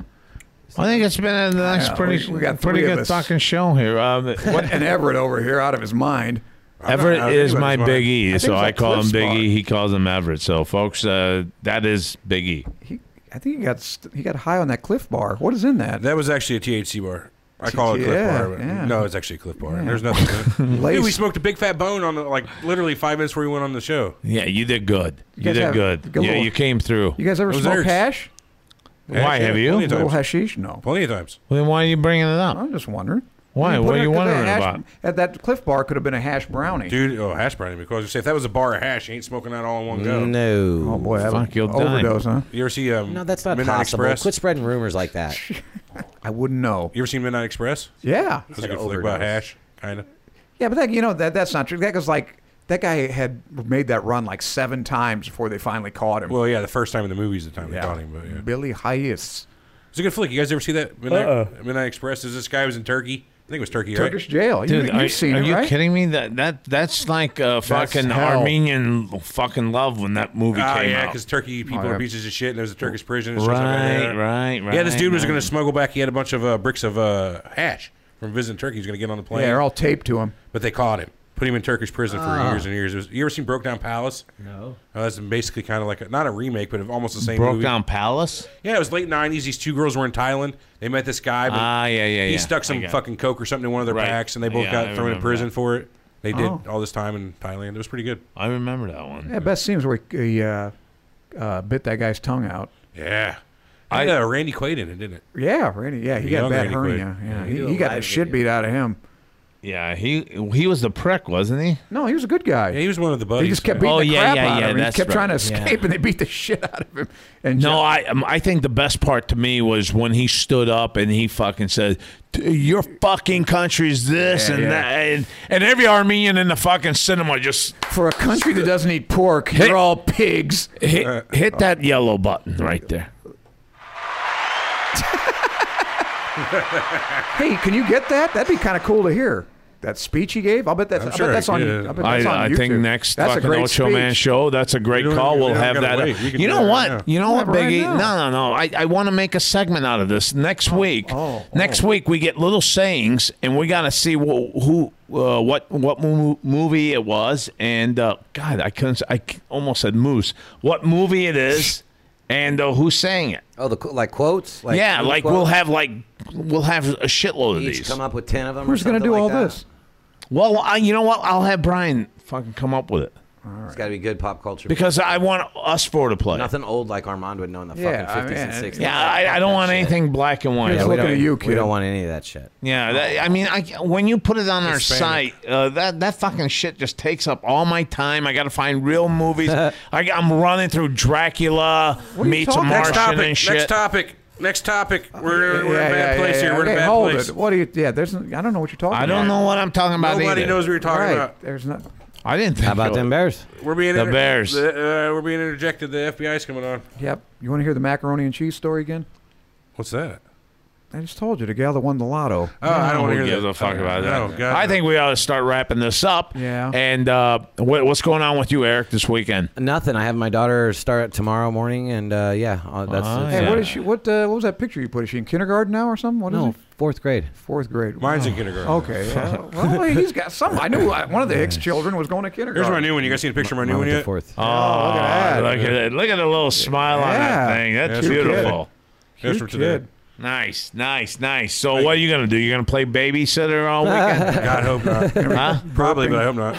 I think it's been a nice,
Yeah,
pretty,
we- we got
pretty
three of
good
us.
fucking show here. Um, what,
And Everett over here, out of his mind.
I
Everett
think
is
it was
my
mine.
Big E,
I think it
so
was
I
like
call him
Cliff's
Big
bar.
E. He calls him Everett. So, folks, uh, that is Big E.
He, I think he got st- he got high on that Cliff Bar. What is in that?
That was actually a THC bar. I call it a cliff
Yeah,
bar. But
yeah.
No, it's actually a cliff bar. There's nothing. in it.
Lace.
Dude, we smoked a big fat bone on the, like literally five minutes before we went on the show.
Yeah, you did good. You,
guys
did
have
good.
good
yeah,
little-
you came through.
You guys ever
Those
smoke
Eric's.
hash?
Why
Yeah,
have
plenty
you?
of
A little
times.
hashish? No.
Plenty of times.
Well, then why are you bringing it up?
I'm just wondering.
Why?
You
What
put
are
it-
you
'cause that
wondering
hash-
about?
At that Cliff Bar could have been a hash brownie.
Dude, oh, hash brownie, because you say if that was a bar of hash, you ain't smoking that all in one go.
no,
Oh boy, that
Fuck, you'll die.
overdose, huh?
You ever see um,
no, that's not
Midnight
possible.
Express?
Quit spreading rumors like that.
I wouldn't know.
You ever seen Midnight Express?
Yeah,
That was a
Said
good flick about
overdose.
hash, kind of.
yeah, but that you know that that's not true. That was like that guy had made that run like seven times before they finally caught him.
Well, yeah, the first time in the movies, the time
Yeah.
they caught him, but yeah.
Billy Hayes.
It's a good flick. You guys ever see that Midnight, Midnight Express? Is this guy was in Turkey? I think it was Turkey,
Turkish
right?
jail. You,
Dude,
have
are,
seen
are
it,
you
right?
kidding me? That that that's like uh, fucking
hell.
Armenian fucking love when that movie
Ah,
came
yeah,
out.
because Turkey people
yeah.
are pieces of shit, and there's a Turkish prison. And stuff like that.
Right, right, right.
Yeah, this dude was going
right.
to smuggle back. He had a bunch of uh, bricks of uh, hash from visiting Turkey. He's going to get on the
Yeah,
plane.
they're all taped to him.
but they caught him, put him in Turkish prison for
Ah.
years and years. It was, you ever seen Broke Down Palace? No. that's basically kind of like a, not a remake, but of almost the same
Broke
movie.
down palace.
Yeah, it was late '90s. These two girls were in Thailand. They met this guy. But
Ah, yeah, yeah,
He
yeah.
stuck
I
some
got it.
fucking coke or something in one of their
Right.
packs, and they both
Yeah, I
got thrown in
remember
prison
that.
for it. They did
Oh.
all this time in Thailand. It was pretty good.
I remember that one.
Yeah, best scenes where he, he uh, uh, bit that guy's tongue out.
Yeah. I uh, Randy Quaid in it, didn't it?
Yeah, Randy. Yeah, he
Young
got bad
Randy Quaid.
hernia. Yeah,
he did
he,
a
he got the
live
shit
video.
beat out of him.
Yeah, he he was the prick, wasn't he?
No, he was a good guy.
Yeah, he was one of the buddies.
They just kept
right?
beating
Oh,
the
yeah,
crap
yeah,
out
yeah,
of him. He
that's
kept trying to
right. Yeah.
escape, and they beat the shit out of him. And
No,
John-
I um, I think the best part to me was when he stood up and he fucking said, "T- "Your fucking country's this
Yeah,
and
yeah.
that," and, and every Armenian in the fucking cinema just
for a country that doesn't eat pork, you're all pigs.
hit hit that yellow button right there.
Hey, can you get that? That'd be kind of cool to hear. That speech he gave, I'll bet that's,
I'm
I bet
sure,
that's on.
yeah.
I bet that's on
I, I think
YouTube.
next
that's a
fucking
great
Ocho
speech.
Man show. That's a great
You don't
call.
even-
We'll
you don't
have
gotta
that.
wait. You can
You
do
know
it right
what?
now.
You know what,
Yeah, right
Biggie?
now.
no, no, no. I, I want to make a segment out of this next week. Next week we get little sayings, and we got to see wh- who, uh, what, what mo- movie it was, and uh, God, I couldn't. s- I c- almost said moose. What movie it is, and uh, who sang it?
Oh, the qu- like quotes. Like,
yeah,
little
like we'll
quotes?
have like we'll have a shitload of
each
these.
come up with ten of them.
Who's
going
gonna
to
do all this?
Well, I, you know what? I'll have Brian fucking come up with it.
It's got to be good pop culture.
Because I want us four to play.
nothing old like Armand would know in the
Yeah, I
fucking fifties
mean,
and sixties.
Yeah, I, I don't want anything black and white.
Here's
Yeah, we
Looking
don't,
at you,
we
kid.
don't want any of that shit.
Yeah, that, I mean, I, when you put it on our
Hispanic.
site, uh, that that fucking shit just takes up all my time. I got to find real movies. I, I'm running through Dracula,
are you
meets a
talking-
Next
Martian
topic.
and shit.
Next topic. Next topic. We're, we're
yeah,
in a bad
yeah,
place
yeah,
here. We're
okay,
in a bad
hold
place.
It. What do you? Yeah, there's. I don't know what you're talking.
I don't
about.
know what I'm talking about
Nobody
either.
knows what you're talking
Right.
about.
There's not.
I didn't think
How about
of
them
it.
bears?
We're being
The Bears.
The, uh, we're being interjected. The FBI's coming on.
Yep. You want to hear the macaroni and cheese story again?
What's that?
I just told you the gal that won the lotto.
Oh, I don't want to
Who
hear
gives
that.
a fuck about that?
No, Oh, God,
I
no.
think we ought to start wrapping this up.
Yeah.
And uh, what, what's going on with you, Eric, this weekend?
Nothing. I have my daughter start tomorrow morning, and uh, yeah, uh, that's.
Ah,
that's
Hey,
yeah.
what is she? What uh, what was that picture you put? Is she in kindergarten now or something? What is
No,
it?
fourth grade.
Fourth grade.
Mine's in
Wow.
kindergarten.
Okay. yeah. well, hey, he's got some. I knew I, one of the Hicks children was going to kindergarten.
Here's my new one. You guys seen a picture of my
Mine
new one
went to
yet?
fourth.
Oh,
look at that.
Look at it. Look at the little smile on that
Yeah.
thing. That's
That's pretty
beautiful.
Here's for
Cute
today.
kid.
Nice, nice, nice. So, what are you gonna do? You're gonna play babysitter all weekend?
God, hope not.
huh?
Probably, but I hope not.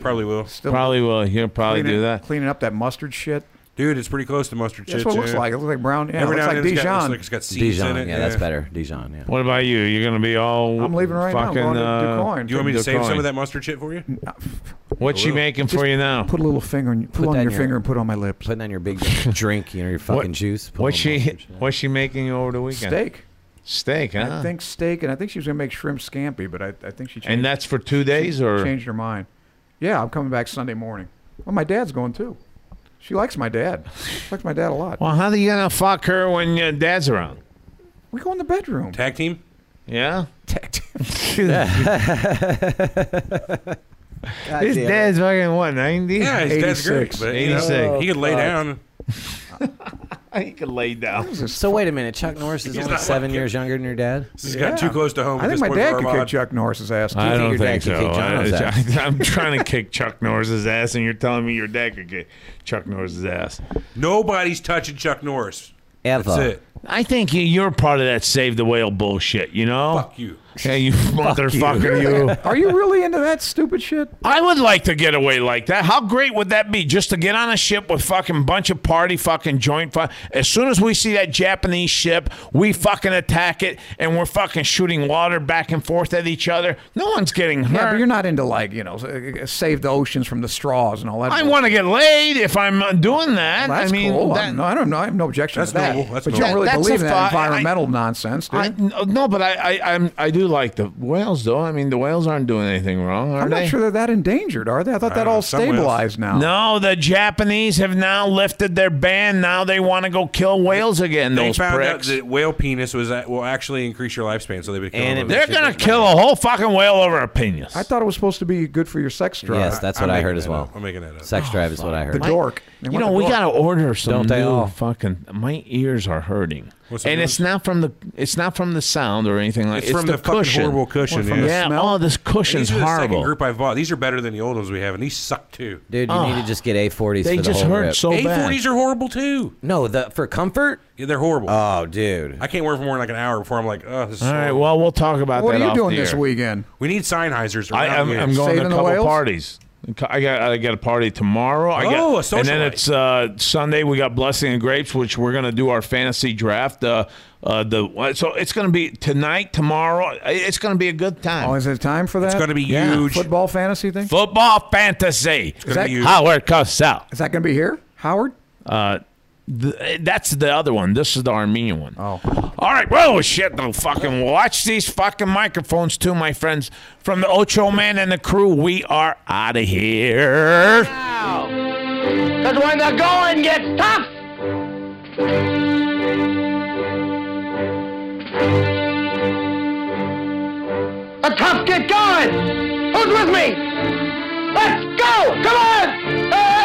Probably will.
Still
Probably will. You'll probably
cleaning,
do that.
Cleaning up that mustard shit.
Dude, it's pretty close to mustard
That's
chips.
what it looks
yeah.
like. It looks like brown. Yeah, it
Every now
looks like
and then it's got-
Dijon.
looks like it's got seeds
Dijon.
in it.
yeah, that's better. Dijon. Yeah.
What about you? You're gonna be all.
I'm leaving right
fucking,
now. I'm going
uh,
to Ducoin.
Do you want me to
They're
save some
going.
of that mustard chip for you?
What she making for you now?
put a little finger on, put
Put
on
that in
your
your-
finger and put it on my lips?
Putting on your big drink, you know, your fucking juice. put
What's she?
a little mustard in it.
What's she making you over the weekend?
Steak.
Steak, huh?
I think steak, and I think she was gonna make shrimp scampi, but I, I think she changed,
and that's for two days, or
changed her mind. Yeah, I'm coming back Sunday morning. Well, my dad's going too. She likes my dad. She likes my dad a lot.
well, how do you gonna fuck her when your dad's around?
We go in the bedroom.
Tag team?
Yeah.
God
His
damn it.
dad's fucking what? Ninety.
Yeah, his dad's great.
86.
But, you know,
86.
he could lay down.
he could lay down.
So wait a minute. Chuck Norris is only
not
seven years younger than your dad.
This has
Yeah.
gotten too close to home.
I
at
think
this
my
point
dad
for
could
our
kick
bod.
Chuck Norris's ass. too.
I
think
don't
your dad
think
could
so.
kick Jono's
I,
ass?
am trying to kick Chuck Norris's ass, and you're telling me your dad could kick Chuck Norris's ass.
Nobody's touching Chuck Norris.
Ever.
That's it.
I think you- you're part of that save the whale bullshit. You know?
Fuck you.
Hey, you motherfucker! You.
Are you really into that stupid shit?
I would like to get away like that. How great would that be? Just to get on a ship with fucking bunch of party fucking joint. Fu- as soon as we see that Japanese ship, we fucking attack it, and we're fucking shooting water back and forth at each other. No one's getting hurt.
Yeah, but you're not into like you know s- uh, save the oceans from the straws and all that.
I
bull-
want to get laid if I'm uh, doing that.
Well, that's
I mean,
cool.
that-
no, I don't know. I have no objection
That's
to that.
noble. That's
but you don't
noble.
really
That's a
believe in that
fi- I-
environmental nonsense, do you?
I, no, but I, I, I'm, I do do like the whales, though. I mean, the whales aren't doing anything wrong, are
I'm
they?
not sure they're that endangered, are they? I thought
don't
that
know,
all
somewhere else.
stabilized now.
No, the Japanese have now lifted their ban. Now they want to go kill whales again.
They
those
found
pricks.
out that whale penis was at, will actually increase your lifespan, so they become.
And it-
a-
They're gonna kill a whole fucking whale over a penis.
I thought it was supposed to be good for your sex drive.
Yes, that's
I'm
what I
making
heard as
that
well.
up. I'm making that up.
Sex drive
Oh,
is what I
the
heard.
dork. They
you
want
know,
the
we
dork.
gotta order some
Don't they
new
all?
fucking. My ears are hurting,
What's the
and it's
news?
not from the. It's not from the sound or anything like.
It's,
It's,
from the, fucking
cushion.
horrible cushion.
Went from the
yeah.
Yeah.
smell?
Oh, this cushion's
These are the second
horrible.
group I've bought. These are better than the old ones we have, and these suck too.
Dude, you need to just get A40s
Ah. They
for the
just
whole
hurt
rip.
so bad.
A40s are horrible too.
No, the for comfort?
Yeah, they're horrible.
Oh, dude.
I can't wear for more than like an hour before I'm like, oh, this is
Uh, All right.
horrible.
Well, we'll talk about
What
that.
are you
off
doing
the
this
air.
weigand?
we need Sennheisers.
I,
around
I'm,
here.
I'm going to a
Saving the
couple
whales?
parties. I got I got a party tomorrow. I got,
Oh, a
and then
socialite.
it's uh, Sunday. We got blessing and grapes, which we're gonna do our fantasy draft. Uh, uh, the so it's gonna be tonight, tomorrow. uh, It's gonna be a good time.
Oh, is it time for that?
It's going to be
Yeah.
huge.
football fantasy thing.
Football fantasy.
It's going
that-
to be huge.
Howard Cosell.
Is that going to be here, Howard?
Uh, th- that's the other one. This is the Armenian one.
Oh.
All right. Well, shit. Though, fucking watch these fucking microphones too, my friends. From the Ocho Man and the crew, we are out of here.
Because when the going gets tough, the tough get going. Who's with me? Let's go! Come on! Hey!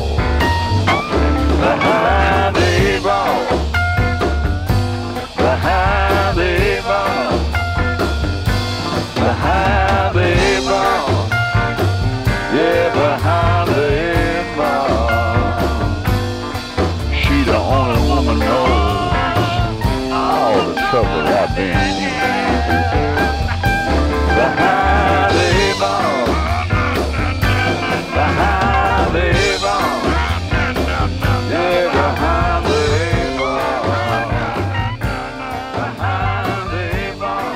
Behind the eight ball. Behind the eight ball. Behind the eight ball. Yeah, behind the eight ball. She the only woman knows all the trouble I've been in. Behind the eight ball. Behind the eight ball. Yeah, behind the eight ball. Behind the eight ball.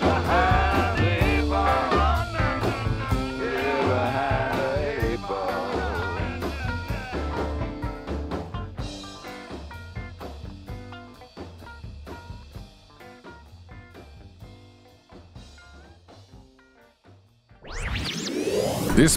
Behind the eight ball. Yeah, behind the eight ball.
This